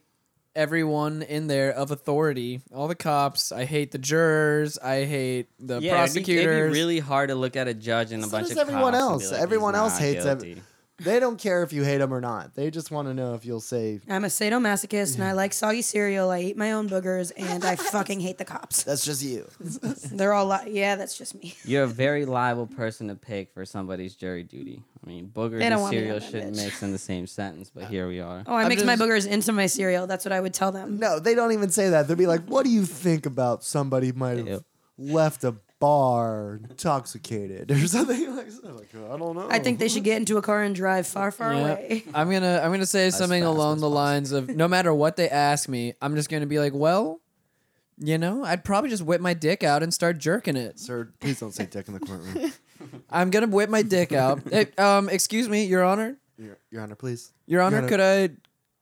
Speaker 1: everyone in there of authority. All the cops. I hate the jurors. I hate the prosecutors.
Speaker 5: It'd be really hard to look at a judge and a
Speaker 2: So
Speaker 5: bunch
Speaker 2: does
Speaker 5: of
Speaker 2: everyone
Speaker 5: cops and be
Speaker 2: else.
Speaker 5: like,
Speaker 2: Everyone
Speaker 5: "He's
Speaker 2: else
Speaker 5: not
Speaker 2: hates every-
Speaker 5: guilty."
Speaker 2: They don't care if you hate them or not. They just want to know if you'll say
Speaker 3: I'm a sadomasochist and I like soggy cereal. I eat my own boogers and I fucking hate the cops.
Speaker 2: that's just you.
Speaker 3: They're all li- yeah, that's just me.
Speaker 5: You're a very liable person to pick for somebody's jury duty. I mean, boogers
Speaker 3: They don't
Speaker 5: and
Speaker 3: want me
Speaker 5: cereal
Speaker 3: on that
Speaker 5: shouldn't
Speaker 3: bitch.
Speaker 5: mix in the same sentence, but here we are.
Speaker 3: Oh, I
Speaker 1: I'm
Speaker 3: mix my
Speaker 1: just-
Speaker 3: boogers into my cereal. That's what I would tell them.
Speaker 2: No, they don't even say that. They'll be like, "What do you think about somebody might have
Speaker 5: Ew.
Speaker 2: left a bar intoxicated or something like that. Like, I don't know.
Speaker 3: I think they should get into a car and drive far, far away.
Speaker 1: I'm gonna I'm gonna say something
Speaker 5: fast
Speaker 1: along
Speaker 5: as
Speaker 1: the lines of no matter what they ask me, I'm just gonna be like, well, you know, I'd probably just whip my dick out and start jerking it.
Speaker 2: Sir, please don't say dick in the courtroom.
Speaker 1: I'm gonna whip my dick out. Hey, um, excuse me, Your Honor.
Speaker 2: Your, Your Honor, please.
Speaker 1: Your Honor,
Speaker 2: Honor.
Speaker 1: could I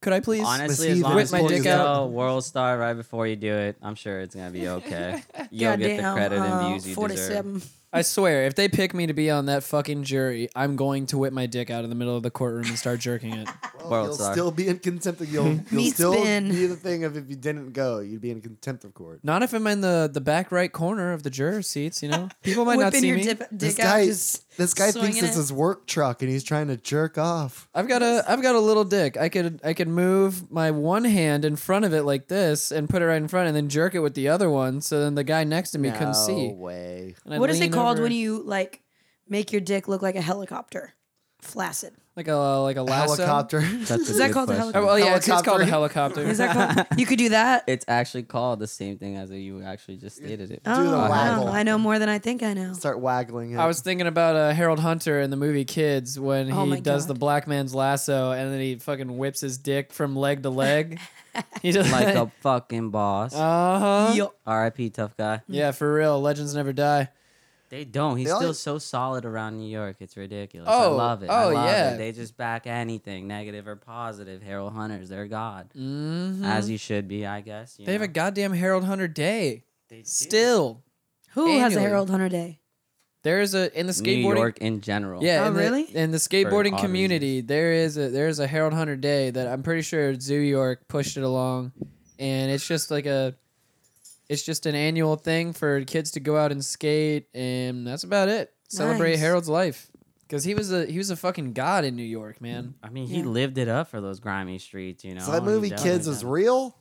Speaker 1: could I please?
Speaker 5: Honestly,
Speaker 2: Receive
Speaker 5: as long
Speaker 1: Whip
Speaker 5: as
Speaker 1: my
Speaker 5: you
Speaker 1: dick
Speaker 5: tell World Star right before you do it, I'm sure it's gonna be okay. You'll get the credit
Speaker 3: uh,
Speaker 5: and views you deserve.
Speaker 1: I swear, if they pick me to be on that fucking jury, I'm going to whip my dick out in the middle of the courtroom and start jerking it.
Speaker 2: Well,
Speaker 5: World
Speaker 2: you'll
Speaker 5: star.
Speaker 2: still be in contempt of you'll, you'll
Speaker 3: Meat
Speaker 2: still
Speaker 3: spin.
Speaker 2: be the thing of if you didn't go, you'd be in contempt of court.
Speaker 1: Not if I'm in the the back right corner of the juror seats. You know, people might not
Speaker 3: Whipping
Speaker 1: Oh see
Speaker 3: your
Speaker 1: me.
Speaker 3: dip,
Speaker 2: This
Speaker 3: dick out.
Speaker 2: guy,
Speaker 3: Just
Speaker 2: this guy thinks
Speaker 3: swinging
Speaker 2: it's
Speaker 3: it.
Speaker 2: his work truck and he's trying to jerk off.
Speaker 1: I've got a I've got a little dick. I could I could move my one hand in front of it like this and put it right in front and then jerk it with the other one so then the guy next to me couldn't see.
Speaker 2: way.
Speaker 1: And I'd
Speaker 3: what is it
Speaker 1: lean
Speaker 3: called
Speaker 1: over-
Speaker 3: when you like make your dick look like a helicopter? Flaccid.
Speaker 1: like a like a lasso?
Speaker 2: Helicopter.
Speaker 5: That's
Speaker 3: Is that called a
Speaker 1: Oh, well, yeah, it's, it's called a helicopter.
Speaker 3: Is that called? you could do that.
Speaker 5: It's actually called the same thing as you actually just stated it.
Speaker 3: oh,
Speaker 2: the
Speaker 3: wow.
Speaker 2: waggle.
Speaker 3: I know more than I think I know.
Speaker 2: Start waggling it.
Speaker 1: I was thinking about uh, Harold Hunter in the movie Kids when he
Speaker 3: Oh my
Speaker 1: does the
Speaker 3: God.
Speaker 1: black man's lasso and then he fucking whips his dick from leg to leg. he just
Speaker 5: like a fucking boss.
Speaker 1: uh
Speaker 5: Uh-huh.
Speaker 1: huh.
Speaker 3: Yo.
Speaker 5: R.I.P. Tough guy.
Speaker 1: Yeah, for real. Legends never die.
Speaker 5: They don't. He's
Speaker 2: They
Speaker 5: still
Speaker 2: all-
Speaker 5: so solid around New York. It's ridiculous.
Speaker 1: Oh,
Speaker 5: I love it.
Speaker 1: oh,
Speaker 5: I love
Speaker 1: yeah.
Speaker 5: it. They just back anything, negative or positive. Harold Hunter's their god,
Speaker 1: hmm
Speaker 5: as you should be, I guess. you
Speaker 1: They have
Speaker 5: know?
Speaker 1: a goddamn Harold Hunter day.
Speaker 5: They do.
Speaker 1: Still,
Speaker 3: Who has a
Speaker 1: Annually.
Speaker 3: Harold Hunter Day?
Speaker 1: there is a in the skateboarding.
Speaker 5: New York in general.
Speaker 1: Yeah.
Speaker 3: Oh,
Speaker 1: in the-
Speaker 3: really?
Speaker 1: in the
Speaker 5: odd
Speaker 1: skateboarding
Speaker 5: reasons.
Speaker 1: community, there is a there is a Harold Hunter Day that I'm pretty sure Zoo York pushed it along, and it's just like a, it's just an annual thing for kids to go out and skate, and that's about it. Celebrate
Speaker 3: Nice.
Speaker 1: Harold's life, because he was a he was a fucking god in New York, man.
Speaker 5: I mean, he
Speaker 3: Yeah.
Speaker 5: lived it up for those grimy streets, you know.
Speaker 2: so that
Speaker 5: and he
Speaker 2: movie
Speaker 5: definitely
Speaker 2: Kids was
Speaker 5: done it.
Speaker 2: real?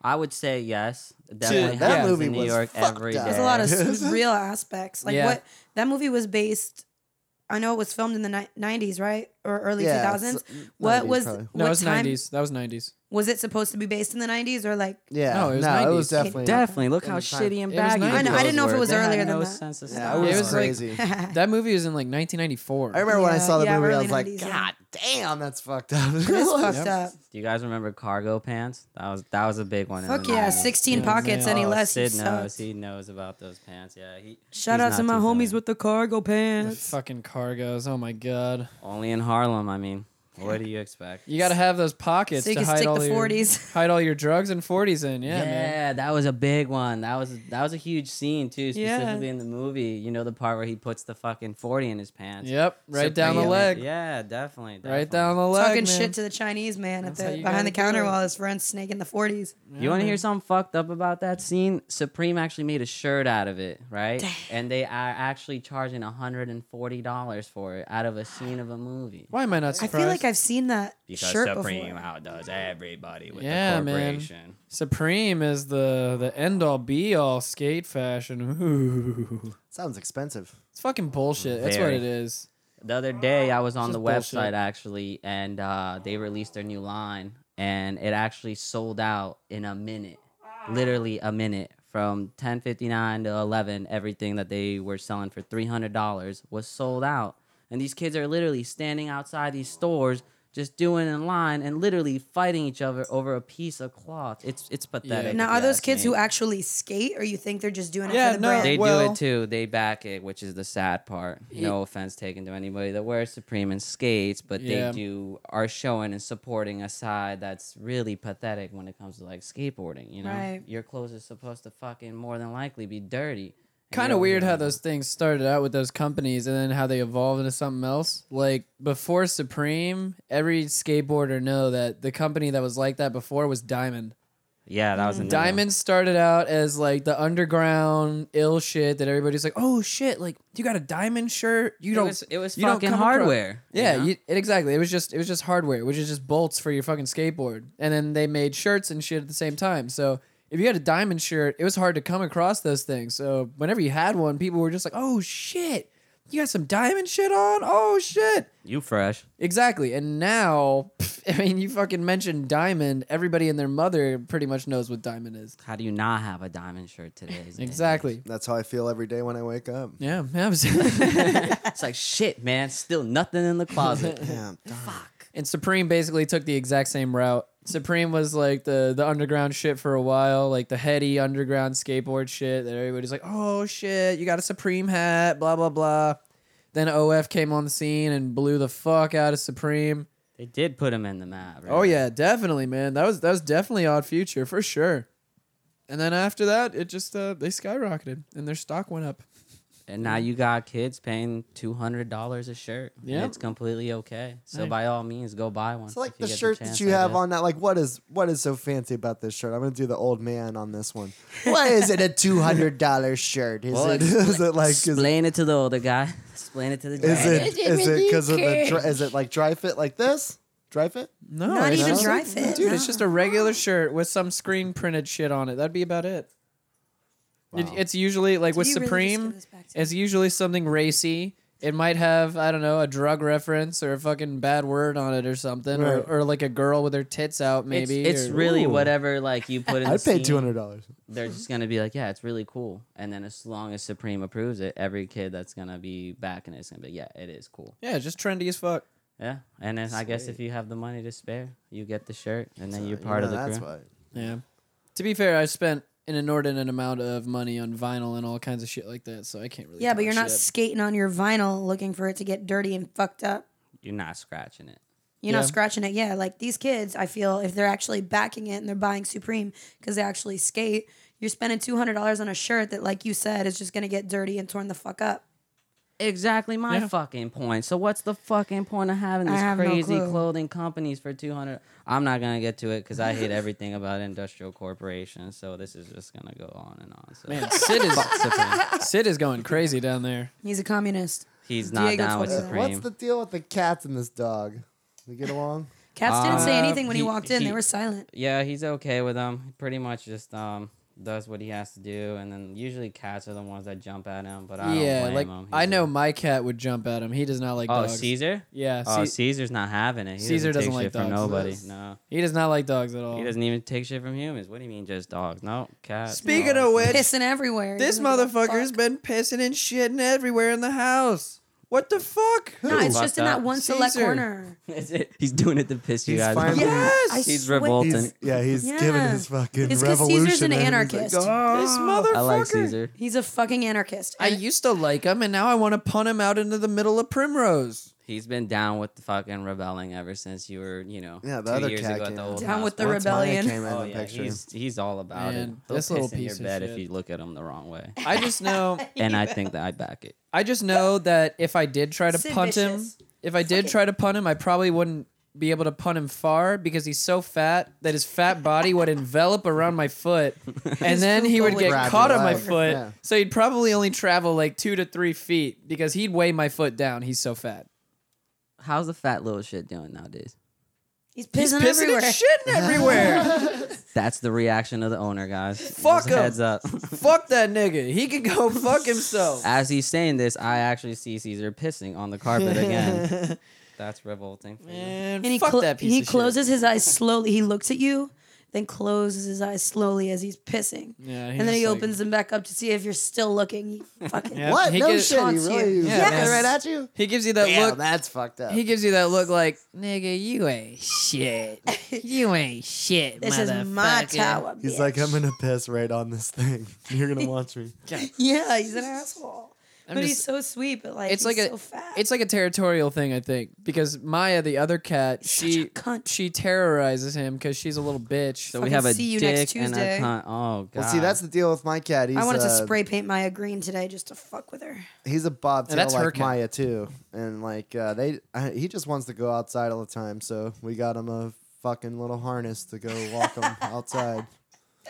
Speaker 5: I would say yes. Definitely
Speaker 1: that
Speaker 5: happens
Speaker 2: movie
Speaker 5: in New
Speaker 2: was
Speaker 5: York
Speaker 2: fucked
Speaker 5: every day.
Speaker 2: up.
Speaker 3: There's a lot of s-
Speaker 2: Yeah.
Speaker 3: real aspects. Like
Speaker 1: Yeah.
Speaker 3: what that movie was based. I know it was filmed in the ni- 90s, right, or early 2000s.
Speaker 2: so-
Speaker 3: what
Speaker 2: 90s
Speaker 3: was
Speaker 2: probably.
Speaker 1: No,
Speaker 3: what
Speaker 1: it was
Speaker 3: time
Speaker 1: nineties. That was nineties.
Speaker 3: was it supposed to be based in the 90s or like?
Speaker 2: Yeah.
Speaker 1: No, it was
Speaker 2: no, it was
Speaker 1: 90s.
Speaker 2: definitely.
Speaker 5: Definitely. Look
Speaker 2: In
Speaker 5: how
Speaker 2: the time.
Speaker 5: shitty and
Speaker 1: It was
Speaker 5: baggy.
Speaker 1: 90s. I know, I
Speaker 5: those
Speaker 1: didn't know if it
Speaker 5: were.
Speaker 3: was
Speaker 5: They had
Speaker 3: earlier than
Speaker 5: no
Speaker 3: that.
Speaker 5: sense of
Speaker 2: Yeah,
Speaker 5: style.
Speaker 2: it was,
Speaker 1: It was like-
Speaker 2: crazy.
Speaker 1: That movie was in like 1994.
Speaker 2: I remember when I
Speaker 3: Yeah,
Speaker 2: saw the
Speaker 3: yeah,
Speaker 2: movie, I
Speaker 3: early
Speaker 2: was like,
Speaker 3: 90s, yeah.
Speaker 2: God damn, that's fucked up.
Speaker 3: That's fucked up.
Speaker 5: Do you guys remember cargo pants? That was that was a big one. in
Speaker 3: Fuck
Speaker 5: the
Speaker 3: yeah,
Speaker 5: 90s.
Speaker 3: 16
Speaker 1: Yeah,
Speaker 3: pockets
Speaker 1: man.
Speaker 3: any
Speaker 5: Oh,
Speaker 3: less.
Speaker 5: Sid
Speaker 3: you
Speaker 5: knows.
Speaker 3: suck.
Speaker 5: He knows about those pants. Yeah. He,
Speaker 3: Shout
Speaker 5: he's
Speaker 3: out to my
Speaker 5: not too
Speaker 3: homies
Speaker 5: familiar.
Speaker 3: with the cargo pants.
Speaker 1: Fucking cargos. Oh my god.
Speaker 5: Only in Harlem. I mean, what do you expect?
Speaker 1: You got to have those pockets
Speaker 3: So you
Speaker 1: to
Speaker 3: can
Speaker 1: hide
Speaker 3: stick
Speaker 1: all
Speaker 3: the
Speaker 1: your
Speaker 3: 40s.
Speaker 1: hide all your drugs and 40s in. Yeah,
Speaker 5: Yeah,
Speaker 1: man.
Speaker 5: that was a big one. That was that was a huge scene too,
Speaker 3: Yeah.
Speaker 5: specifically in the movie. You know the part where he puts the fucking forty in his pants.
Speaker 1: Yep, right
Speaker 5: Supreme.
Speaker 1: down the leg.
Speaker 5: Yeah, definitely.
Speaker 1: Right
Speaker 5: definitely.
Speaker 1: down the leg.
Speaker 3: Talking
Speaker 1: man.
Speaker 3: shit to the Chinese man at
Speaker 1: That's how
Speaker 3: the
Speaker 1: you
Speaker 3: behind the
Speaker 1: gotta do
Speaker 3: counter
Speaker 1: it.
Speaker 3: while his friend's snaking the 40s.
Speaker 5: You want to hear something fucked up about that scene? Supreme actually made a shirt out of it, right? And they are actually charging hundred and forty dollars for it out of a scene of a movie.
Speaker 1: Why am I not
Speaker 3: I
Speaker 1: surprised?
Speaker 3: feel like I've seen that
Speaker 5: Because
Speaker 3: shirt
Speaker 5: Supreme
Speaker 3: before.
Speaker 5: outdoes everybody with
Speaker 1: Yeah,
Speaker 5: the
Speaker 1: man.
Speaker 5: corporation.
Speaker 1: Supreme is the the end all be all skate fashion. Ooh.
Speaker 2: Sounds expensive.
Speaker 1: It's fucking bullshit. That's what
Speaker 5: Very.
Speaker 1: it is.
Speaker 5: The other day, I was on the
Speaker 1: Just
Speaker 5: website
Speaker 1: bullshit.
Speaker 5: actually, and uh, they released their new line, and it actually sold out in a minute, literally a minute, from ten fifty nine to eleven. Everything that they were selling for three hundred dollars was sold out, and these kids are literally standing outside these stores, just doing in line and literally fighting each other over a piece of cloth. It's it's pathetic.
Speaker 3: Now,
Speaker 5: if
Speaker 3: are
Speaker 5: you
Speaker 3: those
Speaker 5: ask
Speaker 3: kids
Speaker 5: me.
Speaker 3: who actually skate, or you think they're just doing it
Speaker 1: Yeah,
Speaker 3: for the
Speaker 1: no,
Speaker 3: brand?
Speaker 5: They do
Speaker 1: Well-
Speaker 5: it too. They back it, which is the sad part. No offense taken to anybody that wears Supreme and skates, but
Speaker 1: Yeah.
Speaker 5: they do are showing and supporting a side that's really pathetic when it comes to like skateboarding. You know,
Speaker 3: Right.
Speaker 5: your clothes are supposed to fucking more than likely be dirty. and
Speaker 1: Kind of
Speaker 5: you're over
Speaker 1: weird
Speaker 5: here
Speaker 1: how
Speaker 5: like,
Speaker 1: those things started out with those companies and then how they evolved into something else. Like before Supreme, every skateboarder know that the company that was like that before was Diamond.
Speaker 5: Yeah, that was a new one.
Speaker 1: Mm-hmm. Diamond started out as like the underground ill shit that everybody's like, oh shit, like you got a diamond shirt? You
Speaker 5: It
Speaker 1: don't.
Speaker 5: was, it was
Speaker 1: you don't
Speaker 5: fucking
Speaker 1: come across-
Speaker 5: hardware. you
Speaker 1: yeah,
Speaker 5: know?
Speaker 1: you, it, exactly. It was just it was just hardware, which is just bolts for your fucking skateboard. And then they made shirts and shit at the same time. So if you had a diamond shirt, it was hard to come across those things. So whenever you had one, people were just like, oh shit. you got some diamond shit on? Oh shit.
Speaker 5: You fresh.
Speaker 1: Exactly. And now, I mean, you fucking mentioned diamond. Everybody and their mother pretty much knows what diamond is.
Speaker 5: How do you not have a diamond shirt today? isn't it?
Speaker 1: Exactly.
Speaker 2: That's how I feel every day when I wake up.
Speaker 1: Yeah. yeah, was-
Speaker 5: It's like shit, man. Still nothing in the closet.
Speaker 2: Yeah.
Speaker 1: and Supreme basically took the exact same route. Supreme was like the the underground shit for a while, like the heady underground skateboard shit that everybody's like, "Oh shit, you got a Supreme hat, blah blah blah." Then OF came on the scene and blew the fuck out of Supreme.
Speaker 5: they did put him in the mat. Right?
Speaker 1: Oh yeah, definitely, man. That was that was definitely odd future for sure. And then after that, it just uh, they skyrocketed and their stock went up.
Speaker 5: And now you got kids paying two hundred dollars a shirt. Yeah,
Speaker 1: Yep.
Speaker 5: it's completely okay. So
Speaker 1: Right.
Speaker 5: by all means, go buy one.
Speaker 2: So like
Speaker 5: if
Speaker 2: the
Speaker 5: get
Speaker 2: shirt that
Speaker 5: chance,
Speaker 2: you
Speaker 5: I
Speaker 2: have
Speaker 5: guess.
Speaker 2: on that, like what is what is so fancy about this shirt? I'm gonna do the old man on this one. Why is it a two hundred dollar shirt? Is
Speaker 5: Well,
Speaker 2: it is it like is,
Speaker 5: Explain it to the older guy. Explain it to the.
Speaker 2: is
Speaker 5: guy.
Speaker 2: it is it because of the dry, is it like dry fit like this? Dry fit?
Speaker 1: No,
Speaker 3: Not
Speaker 1: it's
Speaker 3: even
Speaker 1: just-
Speaker 3: dry fit,
Speaker 1: dude. It's
Speaker 3: no.
Speaker 1: just a regular shirt with some screen printed shit on it. That'd be about it. It- it's usually like with
Speaker 3: you really just
Speaker 1: Supreme,
Speaker 3: give this back to me?
Speaker 1: it's usually something racy. It might have I don't know a drug reference or a fucking bad word on it or something,
Speaker 2: Right.
Speaker 1: or, or like a girl with her tits out maybe.
Speaker 5: It's, it's
Speaker 1: or-
Speaker 5: really
Speaker 2: Ooh.
Speaker 5: whatever like you put in.
Speaker 2: I'd
Speaker 5: the
Speaker 2: pay
Speaker 5: scene,
Speaker 2: two hundred dollars.
Speaker 5: They're just gonna be like, yeah, it's really cool. And then as long as Supreme approves it, every kid that's gonna be backing it is gonna be, yeah, it is cool.
Speaker 1: yeah, just trendy as fuck.
Speaker 5: Yeah, and then I guess if you have the money to spare, you get the shirt, and then you're part of the
Speaker 2: that's
Speaker 5: crew.
Speaker 2: why.
Speaker 1: Yeah. To be fair, I spent an inordinate amount of money on vinyl and all kinds of shit like that, so I can't really.
Speaker 3: Yeah, but
Speaker 1: talk
Speaker 3: you're not
Speaker 1: shit.
Speaker 3: skating on your vinyl looking for it to get dirty and fucked up.
Speaker 5: You're not scratching it.
Speaker 3: You're
Speaker 1: Yeah.
Speaker 3: not scratching it. Yeah, like these kids, I feel if they're actually backing it and they're buying Supreme because they actually skate, you're spending two hundred dollars on a shirt that, like you said, is just gonna get dirty and torn the fuck up.
Speaker 5: Exactly my fucking point. So what's the fucking point of having
Speaker 3: I
Speaker 5: these
Speaker 3: have no
Speaker 5: crazy
Speaker 3: clue.
Speaker 5: clothing companies for two hundred? I'm not gonna get to it because I hate everything about industrial corporations. So this is just gonna go on and on. So
Speaker 1: Man, Sid is Sid is going crazy down there.
Speaker 3: He's a communist.
Speaker 5: he's not
Speaker 3: Diego
Speaker 5: down with
Speaker 3: Torres.
Speaker 2: Uh,
Speaker 5: Supreme.
Speaker 2: What's the deal with the cats and this dog? They get along?
Speaker 3: Cats didn't say
Speaker 5: Uh,
Speaker 3: anything when he,
Speaker 5: he-
Speaker 3: walked in.
Speaker 5: he-
Speaker 3: they were silent.
Speaker 5: yeah, he's okay with them. He pretty much just um does what he has to do, and then usually cats are the ones that jump at him. But I
Speaker 1: yeah,
Speaker 5: don't blame
Speaker 1: like
Speaker 5: him.
Speaker 1: I
Speaker 5: He's a-
Speaker 1: know my cat would jump at him. He does not like
Speaker 5: Oh,
Speaker 1: dogs.
Speaker 5: Caesar.
Speaker 1: Yeah,
Speaker 5: Oh,
Speaker 1: Ce-
Speaker 5: Caesar's not having it. He
Speaker 1: Caesar
Speaker 5: doesn't,
Speaker 1: doesn't
Speaker 5: take
Speaker 1: like
Speaker 5: shit from
Speaker 1: dogs.
Speaker 5: nobody.
Speaker 1: Yes. Oh.
Speaker 5: No,
Speaker 1: he does not like dogs at all.
Speaker 5: he doesn't even take shit from humans. What do you mean, just dogs? No, cats.
Speaker 1: Speaking
Speaker 5: dogs.
Speaker 1: of which,
Speaker 3: Pissing everywhere. He
Speaker 1: this
Speaker 3: doesn't give a
Speaker 1: motherfucker's
Speaker 3: fuck.
Speaker 1: been pissing and shitting everywhere in the house. What the fuck?
Speaker 3: No, it's
Speaker 5: Fucked
Speaker 3: just in that
Speaker 5: up.
Speaker 3: one select
Speaker 1: Caesar.
Speaker 3: corner.
Speaker 5: Is it? He's doing it to piss you
Speaker 2: He's
Speaker 5: guys off.
Speaker 2: finally-
Speaker 1: Yes,
Speaker 3: I
Speaker 5: He's
Speaker 3: swear-
Speaker 5: revolting.
Speaker 2: He's, yeah, he's
Speaker 3: Yeah.
Speaker 2: giving his fucking
Speaker 3: It's 'cause Caesar's an
Speaker 2: revolution. man. He's
Speaker 3: anarchist.
Speaker 2: Like, oh.
Speaker 1: this motherfucker.
Speaker 5: I like Caesar.
Speaker 3: He's a fucking anarchist.
Speaker 1: I
Speaker 3: And
Speaker 1: used to like him, and now I want to punt him out into the middle of Primrose.
Speaker 5: He's been down with the fucking rebelling ever since you were, you know,
Speaker 2: Yeah, the
Speaker 5: two
Speaker 2: other
Speaker 5: years
Speaker 2: cat
Speaker 5: ago at
Speaker 2: came
Speaker 5: the
Speaker 2: out.
Speaker 5: old
Speaker 3: down
Speaker 5: house.
Speaker 3: with the
Speaker 5: Once-
Speaker 2: Once Maya
Speaker 3: rebellion.
Speaker 2: came out
Speaker 5: Oh,
Speaker 2: in the
Speaker 5: yeah,
Speaker 2: picture.
Speaker 5: he's, he's all about it.
Speaker 1: Man,
Speaker 5: He'll
Speaker 1: this little
Speaker 5: piss in your
Speaker 1: piece of
Speaker 5: bed
Speaker 1: shit.
Speaker 5: if you look at him the wrong way.
Speaker 1: I just know
Speaker 5: and I think that I back it.
Speaker 1: I just know that if I did try to
Speaker 3: Sid
Speaker 1: punt
Speaker 3: Vicious.
Speaker 1: him, if I did
Speaker 3: Fuck it.
Speaker 1: try to punt him, I probably wouldn't be able to punt him far because he's so fat that his fat body would envelop around my foot, and then he would
Speaker 3: football
Speaker 1: get
Speaker 3: would
Speaker 2: wrap
Speaker 1: caught
Speaker 2: you
Speaker 1: on my
Speaker 2: up.
Speaker 1: foot.
Speaker 2: Yeah.
Speaker 1: So he'd probably only travel like two to three feet because he'd weigh my foot down. He's so fat.
Speaker 5: How's the fat little shit doing nowadays?
Speaker 3: He's
Speaker 1: He's
Speaker 3: pissing,
Speaker 1: pissing
Speaker 3: everywhere.
Speaker 1: and shitting everywhere.
Speaker 5: That's the reaction of the owner, guys.
Speaker 1: Fuck
Speaker 5: Just
Speaker 1: him.
Speaker 5: Heads up.
Speaker 1: fuck that nigga. He can go fuck himself.
Speaker 5: As he's saying this, I actually see Caesar pissing on the carpet again. That's revolting. For you.
Speaker 1: And,
Speaker 3: And he,
Speaker 1: fuck
Speaker 3: clo-
Speaker 1: that piece
Speaker 3: he
Speaker 1: of shit.
Speaker 3: closes his eyes slowly. He looks at you, then closes his eyes slowly as he's pissing.
Speaker 1: Yeah, he's
Speaker 3: and then he
Speaker 1: just like-
Speaker 3: opens them back up to see if you're still looking. You fucking
Speaker 1: Yeah.
Speaker 2: What?
Speaker 1: He
Speaker 2: no
Speaker 1: gets-
Speaker 2: shit. He
Speaker 3: taunts
Speaker 2: really
Speaker 3: you.
Speaker 2: was
Speaker 1: Yeah,
Speaker 2: looking
Speaker 1: man.
Speaker 2: right at you.
Speaker 1: He gives you that
Speaker 2: Damn,
Speaker 1: look.
Speaker 2: that's fucked up.
Speaker 1: He gives you that look like, nigga, you ain't shit. You ain't shit,
Speaker 3: This is my
Speaker 1: motherfucker."
Speaker 3: tower.
Speaker 2: He's
Speaker 3: bitch.
Speaker 2: like, I'm gonna piss right on this thing. You're gonna watch me.
Speaker 3: yeah, he's an asshole.
Speaker 1: I'm
Speaker 3: but
Speaker 1: just-
Speaker 3: he's so sweet. But like, it's
Speaker 1: It's like
Speaker 3: like
Speaker 1: a-
Speaker 3: so fat.
Speaker 1: It's like a territorial thing, I think, because Maya, the other cat,
Speaker 3: such
Speaker 1: she
Speaker 3: a cunt.
Speaker 1: she terrorizes him because she's a little bitch.
Speaker 5: So we
Speaker 3: Fucking
Speaker 5: have a
Speaker 3: see you
Speaker 5: dick
Speaker 3: next
Speaker 5: and a
Speaker 3: Tuesday.
Speaker 5: cunt. Oh god.
Speaker 2: Well, see, that's the deal with my cat. He's,
Speaker 3: I wanted to
Speaker 2: uh,
Speaker 3: spray paint Maya green today just to fuck with her.
Speaker 2: He's a bobtail
Speaker 1: And that's her
Speaker 2: like
Speaker 1: cat.
Speaker 2: Maya too, and like uh, they, I, he just wants to go outside all the time. So we got him a fucking little harness to go walk him outside.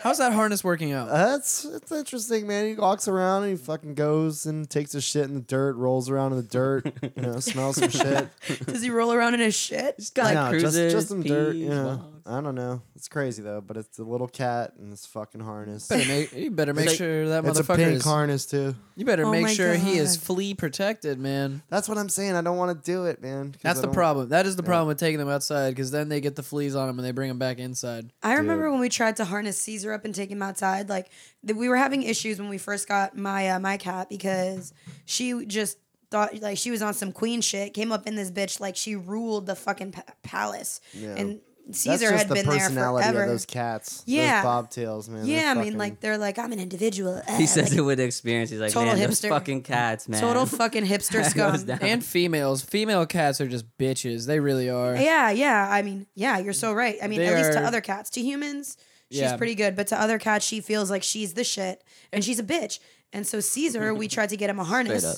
Speaker 1: How's that harness working out?
Speaker 2: Uh, That's it's interesting, man. He walks around and he fucking goes and takes his shit in the dirt, rolls around in the dirt, you know, smells some shit.
Speaker 3: Does he roll around in his shit?
Speaker 5: Just got
Speaker 2: No, just- just some dirt, you know. I don't know. It's crazy though, but it's a little cat and this fucking harness.
Speaker 1: Better make, you better make
Speaker 2: It's a-
Speaker 1: sure that
Speaker 2: it's a
Speaker 1: motherfucker
Speaker 2: pink
Speaker 1: is.
Speaker 2: harness too.
Speaker 1: You better
Speaker 3: Oh
Speaker 1: make
Speaker 3: my
Speaker 1: sure he is
Speaker 3: God.
Speaker 1: flea protected, man.
Speaker 2: That's what I'm saying. I don't want to do it, man. 'cause
Speaker 1: That's
Speaker 2: I
Speaker 1: the
Speaker 2: don't-
Speaker 1: problem. That is the problem with taking them outside because then they get the fleas on them and they bring them back inside.
Speaker 3: I remember when we tried to harness Caesar up and take him outside. Like th- we were having issues when we first got my uh, my cat because she just thought like she was on some queen shit. Came up in this bitch like she ruled the fucking pa- palace.
Speaker 2: Yeah.
Speaker 3: And
Speaker 2: That's
Speaker 3: Caesar
Speaker 2: just
Speaker 3: had
Speaker 2: the
Speaker 3: been there
Speaker 2: personality
Speaker 3: forever.
Speaker 2: of those cats.
Speaker 3: Yeah.
Speaker 2: Those bobtails, man. They're
Speaker 3: yeah, I
Speaker 2: fucking-
Speaker 3: mean, like they're like I'm an individual.
Speaker 5: He says it with experience. He's like,
Speaker 3: Total
Speaker 5: man, those
Speaker 3: hipster.
Speaker 5: fucking cats, man.
Speaker 3: total fucking hipster
Speaker 5: That goes
Speaker 3: scum.
Speaker 5: down.
Speaker 1: And females, female cats are just bitches. They really are.
Speaker 3: Yeah, yeah. I mean, yeah, you're so right. I mean,
Speaker 1: They
Speaker 3: at least to
Speaker 1: are-
Speaker 3: other cats, to humans, she's
Speaker 1: Yeah.
Speaker 3: pretty good, but to other cats, she feels like she's the shit and she's a bitch. And so Caesar, we tried to get him a harness.
Speaker 5: up.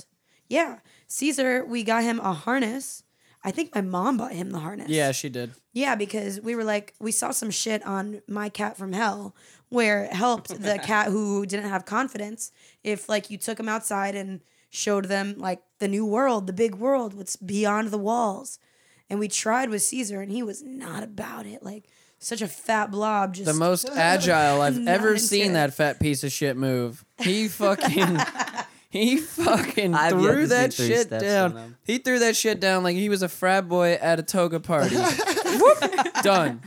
Speaker 3: Yeah, Caesar, we got him a harness. I think my mom bought him the harness.
Speaker 1: Yeah, she did.
Speaker 3: Yeah, because we were like, we saw some shit on My Cat from Hell where it helped the cat who didn't have confidence if, like, you took him outside and showed them, like, the new world, the big world, what's beyond the walls. And we tried with Caesar, and he was not about it. Like, such a fat blob. Just
Speaker 1: The most agile I've
Speaker 3: Not
Speaker 1: ever
Speaker 3: into
Speaker 1: seen
Speaker 3: it.
Speaker 1: that fat piece of shit move. He fucking he fucking
Speaker 5: I've yet
Speaker 1: threw
Speaker 5: to see
Speaker 1: that
Speaker 5: three
Speaker 1: shit
Speaker 5: steps from
Speaker 1: down.
Speaker 5: them.
Speaker 1: He threw that shit down like he was a frat boy at a toga party. Whoop. Done.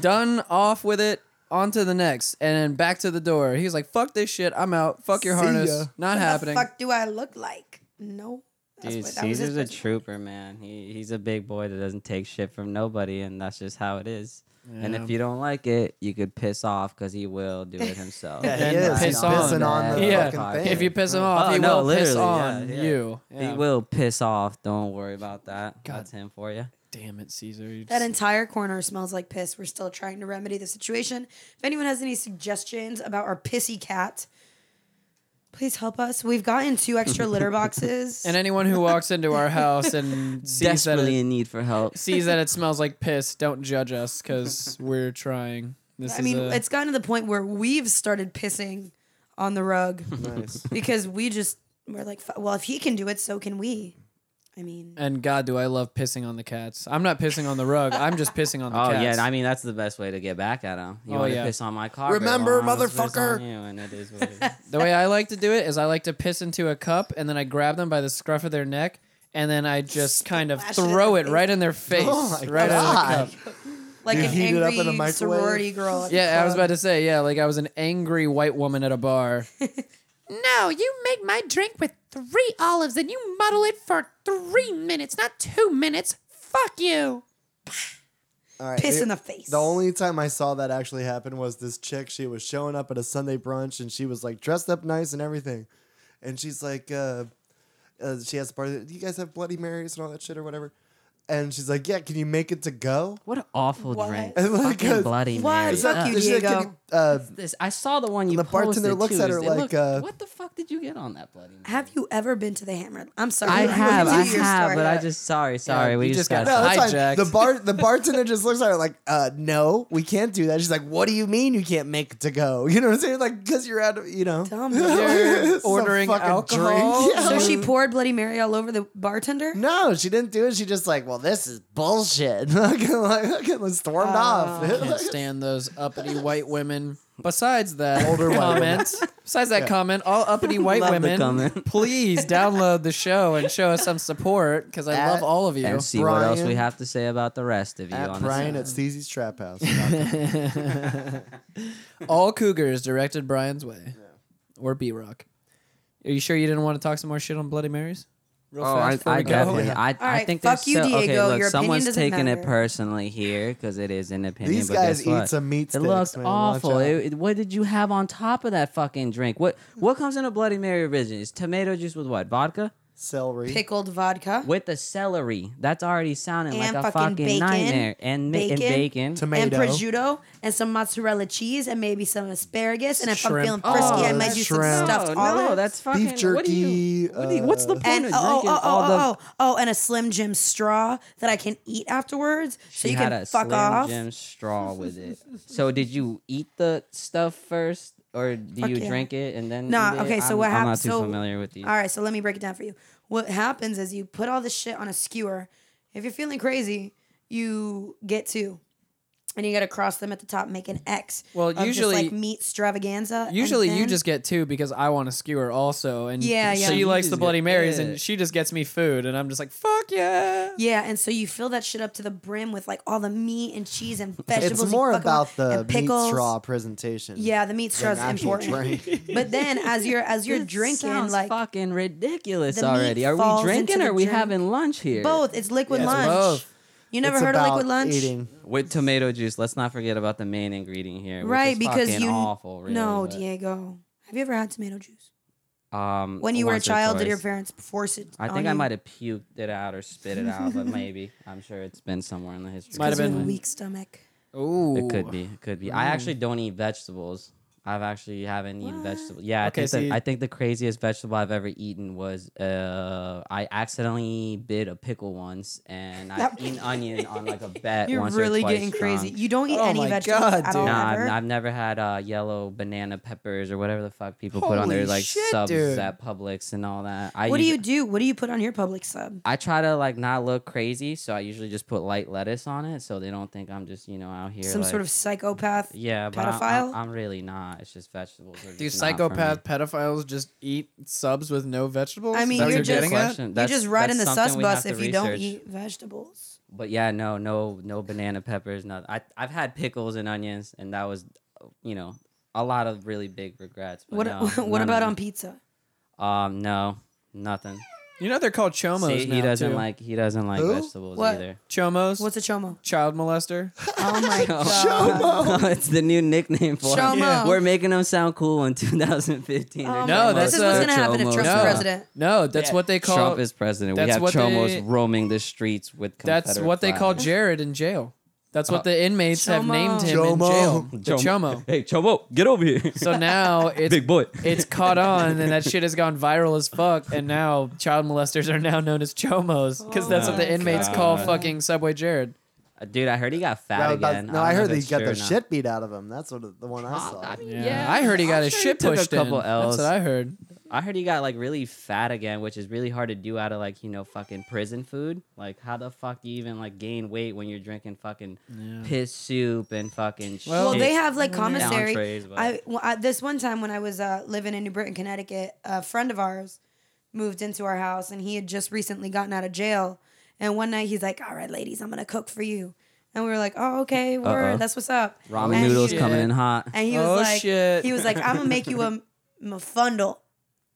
Speaker 1: Done off with it. On to the next, and then back to the door. He was like, "Fuck this shit. I'm out. Fuck your
Speaker 2: See
Speaker 1: harness.
Speaker 2: ya."
Speaker 1: Not
Speaker 3: What the
Speaker 1: happening."
Speaker 3: fuck do I look like? No. That's
Speaker 5: Dude,
Speaker 3: what- that was his
Speaker 5: Caesar's a
Speaker 3: personal-
Speaker 5: trooper, man. He he's a big boy that doesn't take shit from nobody, and that's just how it is. And if you don't like it, you could piss off because he will do it himself.
Speaker 2: Yeah, he
Speaker 1: And
Speaker 2: is.
Speaker 1: piss
Speaker 2: He's
Speaker 1: on
Speaker 2: pissing on
Speaker 5: that
Speaker 2: the
Speaker 1: Yeah.
Speaker 2: fucking thing.
Speaker 1: If you piss him off,
Speaker 5: Oh,
Speaker 1: he
Speaker 5: no,
Speaker 1: will piss
Speaker 5: literally,
Speaker 1: on
Speaker 5: yeah, yeah.
Speaker 1: you.
Speaker 5: He
Speaker 1: Yeah.
Speaker 5: will piss off. Don't worry about that.
Speaker 1: God.
Speaker 5: That's him for you.
Speaker 1: Damn it, Caesar. You
Speaker 3: That
Speaker 1: just-
Speaker 3: entire corner smells like piss. We're still trying to remedy the situation. If anyone has any suggestions about our pissy cat, please help us. We've gotten two extra litter boxes.
Speaker 1: and anyone who walks into our house and sees that it-
Speaker 5: Desperately in need for help.
Speaker 1: sees that it smells like piss, don't judge us because we're trying. This
Speaker 3: I mean,
Speaker 1: is a,
Speaker 3: it's gotten to the point where we've started pissing on the rug
Speaker 2: nice.
Speaker 3: because we just we're like, "F- well, if he can do it, so can we. I mean,
Speaker 1: and God, do I love pissing on the cats? I'm not pissing on the rug. I'm just pissing on the
Speaker 5: Oh
Speaker 1: cats.
Speaker 5: yeah, and I mean that's the best way to get back at him. You
Speaker 1: Oh,
Speaker 5: want
Speaker 1: yeah.
Speaker 5: to piss on my car?
Speaker 2: Remember,
Speaker 5: well, I was pissed
Speaker 2: motherfucker.
Speaker 5: on you, and it is what it is.
Speaker 1: the way I like to do it is I like to piss into a cup and then I grab them by the scruff of their neck and then I just kind of
Speaker 3: Splash it in
Speaker 1: throw
Speaker 3: their
Speaker 1: it
Speaker 3: face.
Speaker 1: right in their face,
Speaker 2: Oh my
Speaker 1: right out
Speaker 2: God.
Speaker 1: of the cup.
Speaker 3: like
Speaker 2: You
Speaker 3: an
Speaker 2: heat it up in a
Speaker 3: angry
Speaker 2: microwave?
Speaker 3: sorority girl. at the
Speaker 1: Yeah, I was
Speaker 3: club.
Speaker 1: about to say, yeah, like I was an angry white woman at a bar.
Speaker 6: No, you make my drink with three olives and you muddle it for three minutes, not two minutes. Fuck you.
Speaker 2: All right.
Speaker 3: piss
Speaker 2: it-
Speaker 3: in the face.
Speaker 2: The only time I saw that actually happen was this chick. She was showing up at a Sunday brunch and she was like dressed up nice and everything. And she's like, uh, uh, she has a party. Do you guys have Bloody Marys and all that shit or whatever? And she's like, yeah, can you make it to go?
Speaker 5: What an awful
Speaker 3: What?
Speaker 5: drink.
Speaker 2: And like,
Speaker 5: Fucking
Speaker 2: uh,
Speaker 5: bloody
Speaker 3: What?
Speaker 5: Mary.
Speaker 3: Fuck
Speaker 5: Uh,
Speaker 3: you,
Speaker 2: she's like,
Speaker 3: Diego.
Speaker 2: "Can you, uh,
Speaker 5: this- I saw the one you
Speaker 2: the bartender
Speaker 5: posted,
Speaker 2: looks
Speaker 5: too.
Speaker 2: at her
Speaker 5: They look-
Speaker 2: like, uh,
Speaker 5: "What the fuck did you get on that bloody?" Mary?
Speaker 3: have you ever been to the hammer? I'm sorry.
Speaker 5: I
Speaker 3: I'm gonna
Speaker 5: have,
Speaker 3: do
Speaker 5: I
Speaker 3: your
Speaker 5: have,
Speaker 3: story.
Speaker 5: but I just sorry, sorry.
Speaker 1: you
Speaker 5: we
Speaker 1: just
Speaker 5: just
Speaker 1: got
Speaker 5: got.
Speaker 2: no, it's fine.
Speaker 1: hijacked.
Speaker 2: The bar, the bartender just looks at her like, uh, no, we can't do that. She's like, what do you mean you can't make it to go? You know what I'm saying? Like, because you're out of, you know,
Speaker 3: Dumb.
Speaker 1: You're
Speaker 2: Some
Speaker 1: ordering
Speaker 2: fucking
Speaker 1: alcohol.
Speaker 2: drink. Yeah.
Speaker 3: So she poured Bloody Mary all over the bartender.
Speaker 2: No, she didn't do it. She just like, well, this is bullshit. like, like, stormed
Speaker 3: Oh.
Speaker 1: Can't
Speaker 2: off.
Speaker 1: stand those uppity white women. Besides that
Speaker 2: Older white
Speaker 1: comment, besides that comment, all uppity white
Speaker 5: Love the
Speaker 1: women,
Speaker 5: comment.
Speaker 1: please download the show and show us some support because I
Speaker 2: At-
Speaker 1: love all of you.
Speaker 5: and see what else we
Speaker 2: Brian-
Speaker 5: have to say about the rest of you.
Speaker 2: At
Speaker 5: on
Speaker 2: Brian at
Speaker 5: this.
Speaker 2: Steezy's Trap House.
Speaker 1: All Cougars directed Brian's way, or B Rock. Are you sure you didn't want to talk some more shit on Bloody Marys? Real
Speaker 5: Oh,
Speaker 1: fast
Speaker 5: I,
Speaker 1: before we
Speaker 5: I
Speaker 1: go?
Speaker 5: definitely. I, I
Speaker 3: right,
Speaker 5: think
Speaker 3: fuck
Speaker 5: there's
Speaker 3: you,
Speaker 5: still-
Speaker 3: Diego.
Speaker 5: Okay, look,
Speaker 3: Your opinion
Speaker 5: someone's
Speaker 3: doesn't
Speaker 5: taking
Speaker 3: matter.
Speaker 5: it personally here because it is an opinion.
Speaker 2: These
Speaker 5: but
Speaker 2: guys
Speaker 5: guess
Speaker 2: eat
Speaker 5: what?
Speaker 2: some meat
Speaker 5: It
Speaker 2: sticks,
Speaker 5: looks
Speaker 2: man, watch
Speaker 5: awful.
Speaker 2: out.
Speaker 5: It- it- what did you have on top of that fucking drink? What what comes in a Bloody Mary originally? It's tomato juice with what? Vodka
Speaker 2: Celery.
Speaker 3: Pickled vodka.
Speaker 5: with the celery. That's already sounding
Speaker 3: And
Speaker 5: like a
Speaker 3: fucking
Speaker 5: fucking,
Speaker 3: bacon.
Speaker 5: nightmare. And mi- and
Speaker 3: Bacon.
Speaker 5: bacon.
Speaker 3: and
Speaker 2: Tomato.
Speaker 3: prosciutto and some mozzarella cheese and maybe some asparagus. And if
Speaker 1: Shrimp.
Speaker 3: I'm feeling frisky, I
Speaker 2: Oh,
Speaker 3: might do some
Speaker 2: shrimp.
Speaker 3: stuffed
Speaker 5: no,
Speaker 3: olives.
Speaker 5: no, that's fucking
Speaker 2: Beef
Speaker 5: What do you,
Speaker 2: jerky,
Speaker 5: what do you- what's the
Speaker 2: uh,
Speaker 5: point
Speaker 3: and
Speaker 5: of
Speaker 3: oh, oh,
Speaker 5: drinking
Speaker 3: oh,
Speaker 5: all the?
Speaker 3: oh, oh, oh, and a Slim Jim straw that I can eat afterwards, so
Speaker 5: She
Speaker 3: you
Speaker 5: had
Speaker 3: can
Speaker 5: a
Speaker 3: fuck
Speaker 5: Slim
Speaker 3: off.
Speaker 5: Jim straw with it. so did you eat the stuff first, or do
Speaker 3: Fuck
Speaker 5: you
Speaker 3: yeah.
Speaker 5: drink it and then?
Speaker 3: Nah,
Speaker 5: eat it?
Speaker 3: okay, so
Speaker 5: I'm,
Speaker 3: what
Speaker 5: I'm
Speaker 3: hap-
Speaker 5: not too
Speaker 3: so-
Speaker 5: familiar with these.
Speaker 3: All right, so let me break it down for you. What happens is you put all this shit on a skewer. If you're feeling crazy, you get two. and you got to cross them at the top, make an X.
Speaker 1: Well,
Speaker 3: of just,
Speaker 1: usually-
Speaker 3: like meat stravaganza. and
Speaker 1: Usually you
Speaker 3: then-
Speaker 1: just get two because I want a skewer also, and
Speaker 3: Yeah, yeah.
Speaker 1: she
Speaker 3: You
Speaker 1: likes
Speaker 2: just
Speaker 1: the
Speaker 2: get-
Speaker 1: Bloody Marys,
Speaker 2: yeah.
Speaker 1: and she just gets me food, and I'm just like, fuck yeah.
Speaker 3: yeah, and so you fill that shit up to the brim with like all the meat and cheese and vegetables.
Speaker 2: It's
Speaker 3: you
Speaker 2: more
Speaker 3: fuck 'em
Speaker 2: about
Speaker 3: up,
Speaker 2: the
Speaker 3: and
Speaker 2: meat
Speaker 3: pickles.
Speaker 2: straw presentation.
Speaker 3: Yeah, the meat straw
Speaker 2: than
Speaker 3: is
Speaker 2: actual
Speaker 3: important.
Speaker 2: drink.
Speaker 3: But then as you're as you're
Speaker 5: This
Speaker 3: drinking,
Speaker 5: sounds
Speaker 3: like
Speaker 5: fucking ridiculous
Speaker 3: the meat
Speaker 5: already. Are
Speaker 3: falls
Speaker 5: we drinking
Speaker 3: into
Speaker 5: or
Speaker 3: the
Speaker 5: are we
Speaker 3: drink.
Speaker 5: having lunch here?
Speaker 3: both, it's liquid
Speaker 1: Yeah, it's
Speaker 3: lunch.
Speaker 1: both.
Speaker 3: You never
Speaker 2: It's
Speaker 3: heard of liquid
Speaker 2: about
Speaker 3: lunch?
Speaker 2: Eating.
Speaker 5: with tomato juice. Let's not forget about the main ingredient here, which
Speaker 3: right
Speaker 5: is
Speaker 3: because
Speaker 5: fucking
Speaker 3: you
Speaker 5: awful. Really,
Speaker 3: no
Speaker 5: but,
Speaker 3: diego have you ever had tomato juice
Speaker 5: Um,
Speaker 3: when you were a
Speaker 5: once or
Speaker 3: child did your
Speaker 5: twice.
Speaker 3: parents force it
Speaker 5: I
Speaker 3: on
Speaker 5: think I
Speaker 3: you?
Speaker 5: might have puked it out or spit it out, but maybe I'm sure it's been somewhere in the history.
Speaker 1: Might have
Speaker 3: 'Cause you
Speaker 1: been-
Speaker 3: a weak stomach
Speaker 1: Ooh,
Speaker 5: It could be. It could be. I actually don't eat vegetables. I've actually haven't eaten vegetables. Yeah, I,
Speaker 1: Okay,
Speaker 5: think
Speaker 1: so
Speaker 5: the,
Speaker 1: you-
Speaker 5: I think the craziest vegetable I've ever eaten was uh, I accidentally bit a pickle once, and I've
Speaker 3: That-
Speaker 5: eaten onion on like a bet.
Speaker 3: you're
Speaker 5: once or
Speaker 3: really
Speaker 5: twice
Speaker 3: getting crazy
Speaker 5: drunk.
Speaker 3: you don't eat
Speaker 1: Oh
Speaker 3: any
Speaker 1: my
Speaker 3: vegetables
Speaker 1: God,
Speaker 3: at all
Speaker 1: dude.
Speaker 5: No,
Speaker 1: Nah,
Speaker 5: I've,
Speaker 3: ever
Speaker 5: I've never had uh, yellow banana peppers or whatever the fuck people put on their
Speaker 1: Holy
Speaker 5: like
Speaker 1: shit,
Speaker 5: subs
Speaker 1: dude.
Speaker 5: at Publix and all that. I
Speaker 3: what do
Speaker 5: usu-
Speaker 3: you do what do you put on your public sub
Speaker 5: I try to like not look crazy, so I usually just put light lettuce on it, so they don't think I'm just you know out here
Speaker 3: some
Speaker 5: like-
Speaker 3: sort of psychopath
Speaker 5: yeah but
Speaker 3: pedophile
Speaker 5: I, am really not. It's just vegetables. Are
Speaker 1: Do
Speaker 5: just not for me.
Speaker 1: psychopath pedophiles just eat subs with no vegetables?
Speaker 3: I
Speaker 1: Is
Speaker 3: mean,
Speaker 1: that what
Speaker 3: you're
Speaker 1: you're
Speaker 3: just-
Speaker 1: getting at?
Speaker 5: Question.
Speaker 3: you're
Speaker 5: That's-
Speaker 3: just riding the
Speaker 5: that's
Speaker 3: sus
Speaker 5: something we
Speaker 3: bus
Speaker 5: have to
Speaker 3: if you don't
Speaker 5: research.
Speaker 3: eat vegetables
Speaker 5: But yeah, no, no, no banana peppers. Nothing. I I've had pickles and onions, and that was, you know, a lot of really big regrets. But
Speaker 3: what
Speaker 5: no,
Speaker 3: what
Speaker 5: none of
Speaker 3: about
Speaker 5: them.
Speaker 3: on pizza
Speaker 5: Um, no, nothing.
Speaker 1: You know they're called chomos
Speaker 5: See,
Speaker 1: now
Speaker 5: he doesn't
Speaker 1: too.
Speaker 5: like he doesn't like
Speaker 2: Who?
Speaker 5: vegetables
Speaker 3: What?
Speaker 5: either.
Speaker 1: chomos.
Speaker 3: what's a chomo
Speaker 1: child molester?
Speaker 3: oh my god
Speaker 5: Chomo. it's the new nickname for him.
Speaker 3: Chomo.
Speaker 5: We're making them sound cool in 2015. They're
Speaker 3: Oh
Speaker 1: No,
Speaker 3: my-
Speaker 1: that's
Speaker 3: this is
Speaker 1: a-
Speaker 3: what's gonna happen if
Speaker 5: Chomo.
Speaker 3: trump's
Speaker 1: No.
Speaker 3: president
Speaker 1: No, that's what they call.
Speaker 5: Trump is president. We
Speaker 1: that's
Speaker 5: have
Speaker 1: what
Speaker 5: chomos
Speaker 1: they-
Speaker 5: roaming the streets with.
Speaker 1: that's
Speaker 5: Confederate Uh,
Speaker 1: what they call
Speaker 5: flags.
Speaker 1: Jared in jail. That's what the inmates have
Speaker 3: Chomo.
Speaker 1: named him in
Speaker 2: Chomo.
Speaker 1: jail. The chomo.
Speaker 5: Hey, chomo, get over here.
Speaker 1: So now it's
Speaker 5: Big boy.
Speaker 1: it's caught on and that shit has gone viral as fuck and now child molesters are now known as chomos because that's what
Speaker 3: Oh
Speaker 1: the
Speaker 3: my
Speaker 1: inmates
Speaker 5: God.
Speaker 1: call fucking subway jared
Speaker 5: Uh, Dude, I heard he got fat
Speaker 2: Yeah, about-
Speaker 5: again.
Speaker 2: no,
Speaker 5: don't
Speaker 2: I,
Speaker 5: know
Speaker 2: heard
Speaker 5: if
Speaker 2: that he
Speaker 5: it's
Speaker 2: got
Speaker 5: true or
Speaker 2: the
Speaker 5: not.
Speaker 2: shit beat out of him. That's what the one I saw.
Speaker 5: I mean,
Speaker 1: yeah,
Speaker 5: yeah.
Speaker 1: i heard he got
Speaker 5: I'm
Speaker 1: his
Speaker 5: sure
Speaker 1: shit
Speaker 5: took
Speaker 1: pushed
Speaker 5: a couple
Speaker 1: in
Speaker 5: L's.
Speaker 1: that's what i heard
Speaker 5: I heard he got like really fat again, which is really hard to do out of like you know fucking prison food. Like, how the fuck do you even like gain weight when you're drinking fucking piss soup and fucking
Speaker 1: Well,
Speaker 3: Well,
Speaker 5: shit?
Speaker 3: they have like commissary.
Speaker 5: Entrees, but-
Speaker 3: I, well, I this one time when I was uh, living in New Britain, Connecticut, a friend of ours moved into our house, and he had just recently gotten out of jail. And one night he's like, "All right, ladies, I'm gonna cook for you," and we were like, "Oh, okay, word,
Speaker 5: Uh-oh.
Speaker 3: that's what's up."
Speaker 5: ramen
Speaker 3: And
Speaker 5: noodles
Speaker 3: he-
Speaker 5: coming in hot.
Speaker 3: And he was
Speaker 1: Oh,
Speaker 3: like,
Speaker 1: shit.
Speaker 3: he was like, "I'm gonna make you a mafundle."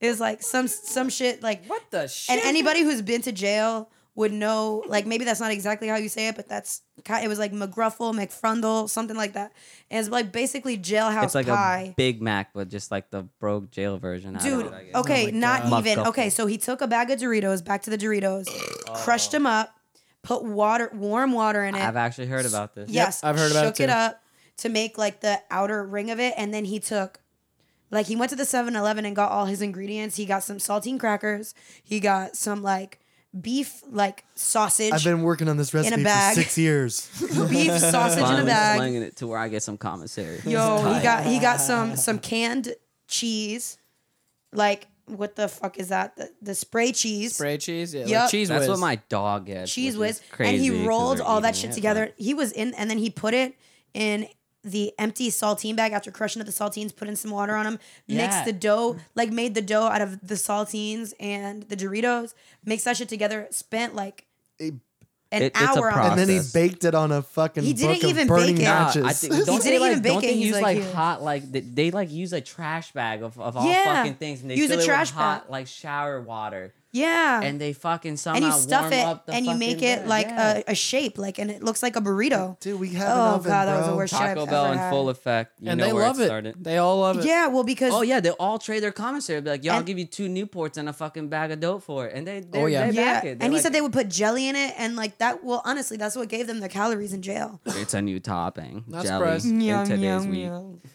Speaker 3: It was like some some shit like
Speaker 1: what the shit
Speaker 3: and anybody who's been to jail would know, like maybe that's not exactly how you say it, but that's ki- it was like McGruffle, McFrundle, something like that. And it's like basically jailhouse
Speaker 5: It's like a
Speaker 3: pie.
Speaker 5: Big Mac, but just like the broke jail version. out of
Speaker 3: Dude,
Speaker 5: it, I guess. Oh
Speaker 3: okay, not
Speaker 5: God.
Speaker 3: even.
Speaker 5: McGuffin.
Speaker 3: Okay, so he took a bag of Doritos, back to the Doritos,
Speaker 5: Oh.
Speaker 3: crushed them up, put water, warm water in it.
Speaker 5: I've actually heard about this.
Speaker 3: yes,
Speaker 1: I've heard about it
Speaker 3: shook it
Speaker 1: too.
Speaker 3: up to make like the outer ring of it, and then he took like he went to the 7-Eleven and got all his ingredients. He got some saltine crackers. He got some like beef like sausage.
Speaker 2: I've been working on this recipe for
Speaker 3: bag.
Speaker 2: six years.
Speaker 3: beef sausage in a
Speaker 5: Finally
Speaker 3: bag.
Speaker 5: slinging it to where I get some commissary.
Speaker 3: Yo, he
Speaker 5: Tight.
Speaker 3: got he got some some canned cheese, like what the fuck is that? The, the spray cheese,
Speaker 1: spray cheese yeah like
Speaker 3: Yup.
Speaker 1: cheese
Speaker 5: That's
Speaker 1: whiz.
Speaker 5: what my dog gets.
Speaker 3: cheese
Speaker 5: which is
Speaker 3: whiz, and
Speaker 5: crazy
Speaker 3: he
Speaker 5: 'cause
Speaker 3: rolled
Speaker 5: they're
Speaker 3: all that
Speaker 5: eating
Speaker 3: shit
Speaker 5: it,
Speaker 3: together.
Speaker 5: but-
Speaker 3: He was in, and then he put it in the empty saltine bag after crushing up the saltines, put in some water on them, mixed
Speaker 5: Yeah.
Speaker 3: the dough, like made the dough out of the saltines and the Doritos, mixed that shit together, spent like
Speaker 2: It-
Speaker 3: an
Speaker 5: It- it's a
Speaker 3: hour on
Speaker 5: process.
Speaker 3: it.
Speaker 2: and then he
Speaker 5: Process.
Speaker 2: baked it on a fucking
Speaker 3: He didn't
Speaker 2: book of
Speaker 3: even
Speaker 2: burning
Speaker 3: bake it.
Speaker 5: Nah,
Speaker 2: matches.
Speaker 5: I think, don't
Speaker 3: He
Speaker 5: they
Speaker 3: didn't
Speaker 5: like,
Speaker 3: even
Speaker 5: don't
Speaker 3: bake it,
Speaker 5: they
Speaker 3: he's
Speaker 5: use
Speaker 3: like,
Speaker 5: like
Speaker 3: "Here."
Speaker 5: hot like they, they like use a trash bag of, of all
Speaker 3: Yeah.
Speaker 5: fucking things and they
Speaker 3: Use a
Speaker 5: fill it with
Speaker 3: trash
Speaker 5: hot
Speaker 3: bag.
Speaker 5: like shower water
Speaker 3: yeah.
Speaker 5: and they fucking somehow
Speaker 3: and you stuff
Speaker 5: warm
Speaker 3: it
Speaker 5: up the
Speaker 3: and you make
Speaker 5: fucking
Speaker 3: it
Speaker 5: bread.
Speaker 3: like
Speaker 5: Yeah.
Speaker 3: a, a shape, like and it looks like a burrito.
Speaker 2: Dude, we have an
Speaker 3: Oh,
Speaker 2: oven,
Speaker 3: God, that was the
Speaker 2: bro.
Speaker 3: worst shit I've
Speaker 5: Taco Bell
Speaker 3: ever
Speaker 5: in
Speaker 3: had.
Speaker 5: full effect. You
Speaker 1: and
Speaker 5: know
Speaker 1: they
Speaker 5: where
Speaker 1: love
Speaker 5: it
Speaker 1: it,
Speaker 5: started.
Speaker 1: they all love it
Speaker 3: Yeah, well, because
Speaker 5: Oh yeah, they all trade their commissary. Be like, y'all
Speaker 3: And-
Speaker 5: give you two Newports and a fucking bag of dope for it, and they they
Speaker 1: Oh, yeah.
Speaker 5: they
Speaker 3: yeah.
Speaker 5: back it.
Speaker 3: And he said they would put jelly in it, and like that. Well, honestly, that's what gave them their calories in jail.
Speaker 5: they it's a new topping
Speaker 1: Not
Speaker 5: jelly
Speaker 1: surprised.
Speaker 5: in today's week.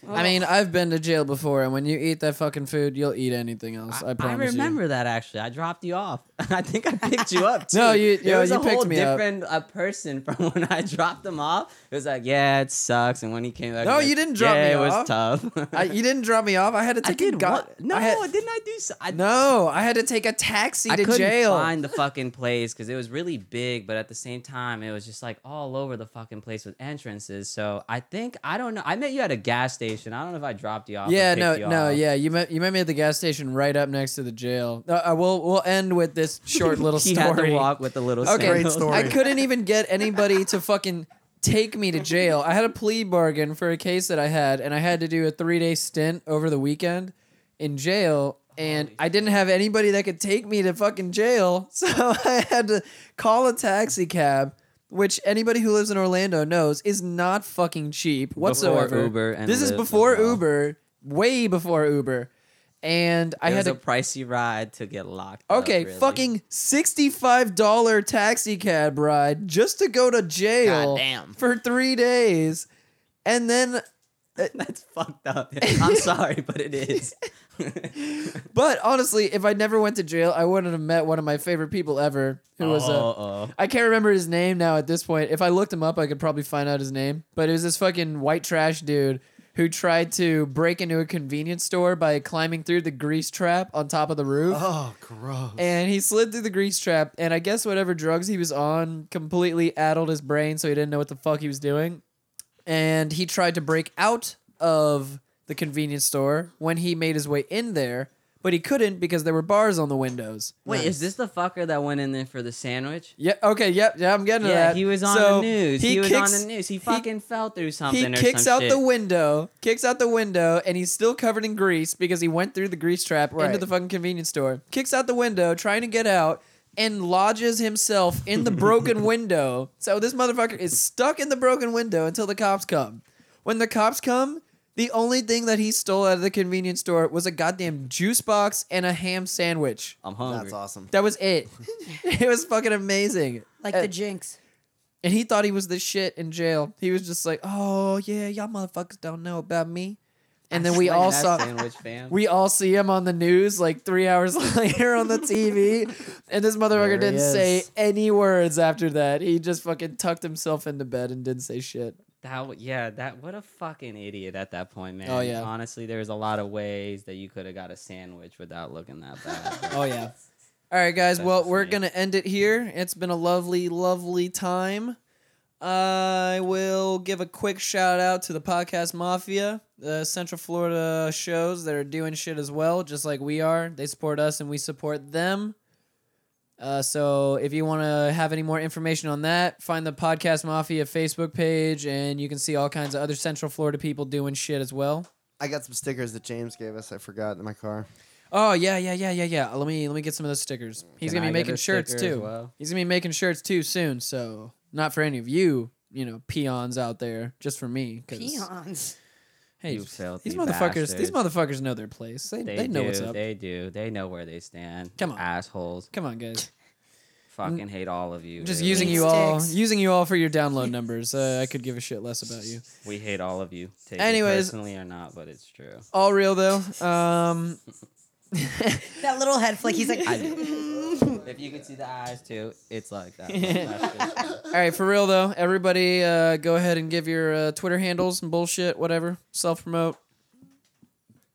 Speaker 1: i mean i've been to jail before and when you eat that fucking food you'll eat anything else i, promise you.
Speaker 5: remember that actually. I dropped you off. I think I picked you up too.
Speaker 1: No, you-
Speaker 5: There
Speaker 1: yo,
Speaker 5: was
Speaker 1: you
Speaker 5: a
Speaker 1: picked
Speaker 5: whole
Speaker 1: me up.
Speaker 5: different uh, person from when I dropped him off. It was like, yeah, it sucks. And when he came back,
Speaker 1: No,
Speaker 5: like,
Speaker 1: you didn't drop
Speaker 5: yeah,
Speaker 1: me
Speaker 5: it
Speaker 1: off."
Speaker 5: was tough.
Speaker 1: I, you didn't drop me off. I had to
Speaker 5: I
Speaker 1: take a
Speaker 5: did
Speaker 1: go-
Speaker 5: what? No,
Speaker 1: I had,
Speaker 5: didn't I do? So- I,
Speaker 1: no, I had to take a taxi
Speaker 5: I
Speaker 1: to
Speaker 5: couldn't
Speaker 1: jail.
Speaker 5: find the fucking place because it was really big, but at the same time, it was just like all over the fucking place with entrances. So I think I don't know. I met you at a gas station. I don't know if I dropped you off. or
Speaker 1: yeah,
Speaker 5: picked
Speaker 1: no,
Speaker 5: you
Speaker 1: no,
Speaker 5: up.
Speaker 1: yeah. You met you met me at the gas station right up next to the jail. Uh, uh, we'll we'll end with this short little
Speaker 5: he
Speaker 1: story.
Speaker 5: had to walk with the little.
Speaker 1: Okay,
Speaker 2: Great
Speaker 5: sandals.
Speaker 2: story.
Speaker 1: I couldn't even get anybody to fucking take me to jail. I had a plea bargain for a case that I had, and I had to do a three day stint over the weekend in jail. And I didn't have anybody that could take me to fucking jail, so I had to call a taxi cab, which anybody who lives in Orlando knows is not fucking cheap whatsoever.
Speaker 5: Uber and
Speaker 1: this is
Speaker 5: Lyft as
Speaker 1: before
Speaker 5: well.
Speaker 1: Uber, way before Uber, and I
Speaker 5: it
Speaker 1: had
Speaker 5: was
Speaker 1: to
Speaker 5: a pricey ride to get locked. up,
Speaker 1: Okay,
Speaker 5: really.
Speaker 1: fucking sixty-five dollar taxi cab ride just to go to jail
Speaker 6: Goddamn.
Speaker 1: for three days, and then. uh,
Speaker 5: That's fucked up. I'm sorry, but it is.
Speaker 1: But honestly, if I never went to jail, I wouldn't have met one of my favorite people ever, who was a.
Speaker 5: oh.
Speaker 1: I can't remember his name now at this point. If I looked him up, I could probably find out his name. But it was this fucking white trash dude who tried to break into a convenience store by climbing through the grease trap on top of the roof.
Speaker 2: Oh, gross.
Speaker 1: and he slid through the grease trap and i guess whatever drugs he was on completely addled his brain so he didn't know what the fuck he was doing and he tried to break out of the convenience store when he made his way in there but he couldn't because there were bars on the windows
Speaker 5: Wait, is this the fucker that went in there for the sandwich?
Speaker 1: yeah okay yep yeah, i'm getting to
Speaker 5: Yeah,
Speaker 1: that
Speaker 5: he was on
Speaker 1: So
Speaker 5: the news. He, was
Speaker 1: kicks-
Speaker 5: on the news. He fucking fell through
Speaker 1: he
Speaker 5: something. or
Speaker 1: kicks
Speaker 5: some
Speaker 1: out
Speaker 5: shit.
Speaker 1: the window, kicks out the window, and he's still covered in grease because he went through the grease trap into
Speaker 2: Right.
Speaker 1: the fucking convenience store. Kicks out the window, trying to get out, and lodges himself in the broken window. So this motherfucker is stuck in the broken window until the cops come. When the cops come, the only thing that he stole out of the convenience store was a goddamn juice box and a ham sandwich.
Speaker 5: I'm hungry.
Speaker 2: That's awesome.
Speaker 1: That was it. it was fucking amazing.
Speaker 3: Like
Speaker 1: Uh,
Speaker 3: the jinx.
Speaker 1: and he thought he was the shit in jail. He was just like, "Oh yeah, y'all motherfuckers don't know about me." And then we all
Speaker 5: That
Speaker 1: saw
Speaker 5: sandwich fam.
Speaker 1: we all see him on the news like three hours later on the TV, and this motherfucker
Speaker 2: There he
Speaker 1: didn't say
Speaker 2: is.
Speaker 1: any words after that. He just fucking tucked himself into bed and didn't say shit.
Speaker 5: That w- yeah, that what a fucking idiot at that point, man.
Speaker 1: Oh, yeah.
Speaker 5: Honestly, there's a lot of ways that you could have got a sandwich without looking that bad.
Speaker 1: Oh yeah. All right, guys.
Speaker 5: That's
Speaker 1: well,
Speaker 5: the
Speaker 1: we're
Speaker 5: thing.
Speaker 1: gonna end it here. It's been a lovely, lovely time. I will give a quick shout out to the podcast Mafia, the Central Florida shows that are doing shit as well, just like we are. They support us and we support them. Uh, so if you want to have any more information on that, find the Podcast Mafia Facebook page, and you can see all kinds of other Central Florida people doing shit as well.
Speaker 2: I got some stickers that James gave us. I forgot in my car.
Speaker 1: Oh yeah, yeah, yeah, yeah, yeah. Let me let me get some of those stickers. He's
Speaker 5: Can
Speaker 1: gonna be
Speaker 5: I get
Speaker 1: making
Speaker 5: a
Speaker 1: shirts
Speaker 5: sticker as
Speaker 1: too.
Speaker 5: well?
Speaker 1: He's gonna be making shirts too soon. So not for any of you, you know, peons out there, just for me. 'cause-
Speaker 3: Peons.
Speaker 1: Hey,
Speaker 5: You
Speaker 1: these
Speaker 5: filthy
Speaker 1: motherfuckers. These
Speaker 5: bastards.
Speaker 1: motherfuckers know their place. They they,
Speaker 5: They,
Speaker 1: know
Speaker 5: do,
Speaker 1: what's up.
Speaker 5: They do. They know where they stand.
Speaker 1: Come on.
Speaker 5: assholes.
Speaker 1: Come on, guys.
Speaker 5: Fucking hate all of you.
Speaker 1: I'm just
Speaker 5: really.
Speaker 1: using
Speaker 3: Meat
Speaker 1: you all,
Speaker 3: sticks.
Speaker 1: using you all for your download numbers. Uh, I could give a shit less about you.
Speaker 5: We hate all of you. Take Anyways,
Speaker 1: Anyways.
Speaker 5: it personally or not, but it's true.
Speaker 1: All real though. Um,
Speaker 3: That little head flick. He's like,
Speaker 5: If you can see the eyes too, it's like that. That's just-
Speaker 1: all right, for real though. Everybody, uh, go ahead and give your uh, Twitter handles and bullshit, whatever. Self promote.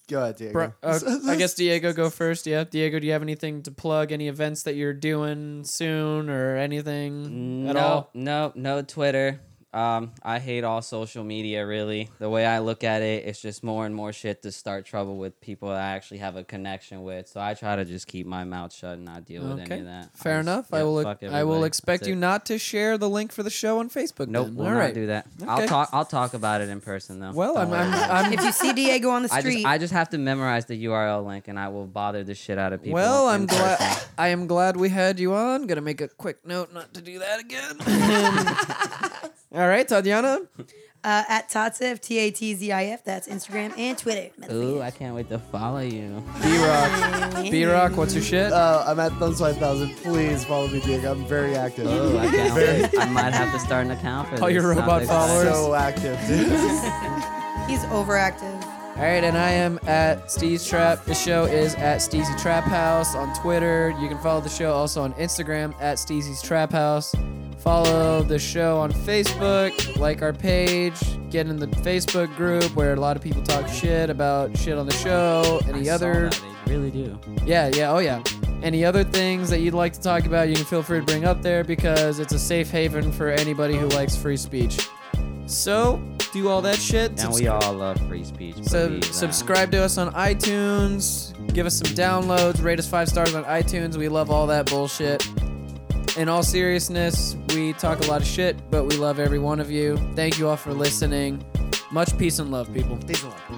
Speaker 2: Go ahead, Diego.
Speaker 1: Bro, uh, I guess Diego go first. Yeah, Diego, do you have anything to plug? Any events that you're doing soon or anything at
Speaker 5: no,
Speaker 1: all?
Speaker 5: No, no Twitter. Um, I hate all social media. Really, the way I look at it, it's just more and more shit to start trouble with people that I actually have a connection with. So I try to just keep my mouth shut and not deal with any
Speaker 1: Okay,
Speaker 5: of that.
Speaker 1: fair
Speaker 5: just-
Speaker 1: enough. I
Speaker 5: yeah,
Speaker 1: will.
Speaker 5: fuck
Speaker 1: I will
Speaker 5: everybody.
Speaker 1: expect
Speaker 5: That's
Speaker 1: you
Speaker 5: it.
Speaker 1: not to share the link for the show on Facebook.
Speaker 5: Nope,
Speaker 1: then.
Speaker 5: we'll
Speaker 1: all
Speaker 5: not
Speaker 1: right.
Speaker 5: do that.
Speaker 1: Okay.
Speaker 5: I'll talk. I'll talk about it in person though.
Speaker 1: Well,
Speaker 5: Don't
Speaker 1: I'm.
Speaker 5: worry
Speaker 1: I'm,
Speaker 5: about it.
Speaker 1: I'm
Speaker 3: if you see Diego on the
Speaker 5: I just,
Speaker 3: street,
Speaker 5: I just have to memorize the URL link, and I will bother the shit out of people.
Speaker 1: well, I'm
Speaker 5: in person.
Speaker 1: glad. I am glad we had you on. Gonna make a quick note not to do that again. all right, Tatiana.
Speaker 3: uh, at Tatzif, T A T Z I F, that's Instagram and Twitter.
Speaker 5: Ooh, I can't wait to follow you.
Speaker 1: B Rock. B Rock. What's your shit?
Speaker 2: Uh, I'm at Thumbs 5000. Please follow me, Diego. I'm very active.
Speaker 5: Ooh, I can't wait. I might have to start an account for
Speaker 1: All
Speaker 5: this.
Speaker 1: your
Speaker 5: Sounds
Speaker 1: robot
Speaker 5: exciting.
Speaker 1: followers.
Speaker 2: so active, dude.
Speaker 3: He's overactive.
Speaker 1: All right, and I am at Steve's Trap. The show is at Steezy Trap House on Twitter. You can follow the show also on Instagram at Steezy's Trap House. Follow the show on Facebook, like our page, get in the Facebook group where a lot of people talk shit about shit on the show, any
Speaker 5: I saw
Speaker 1: other
Speaker 5: that, They really do.
Speaker 1: yeah, yeah, oh yeah. Any other things that you'd like to talk about, you can feel free to bring up there because it's a safe haven for anybody who likes free speech. So, do all that shit.
Speaker 5: And
Speaker 1: Subs-
Speaker 5: we all love free speech.
Speaker 1: sub-
Speaker 5: believe that.
Speaker 1: subscribe to us on iTunes. Give us some downloads. Rate us five stars on iTunes. We love all that bullshit. In all seriousness, we talk a lot of shit, but we love every one of you. Thank you all for listening. Much peace and love, people.
Speaker 2: Peace and love.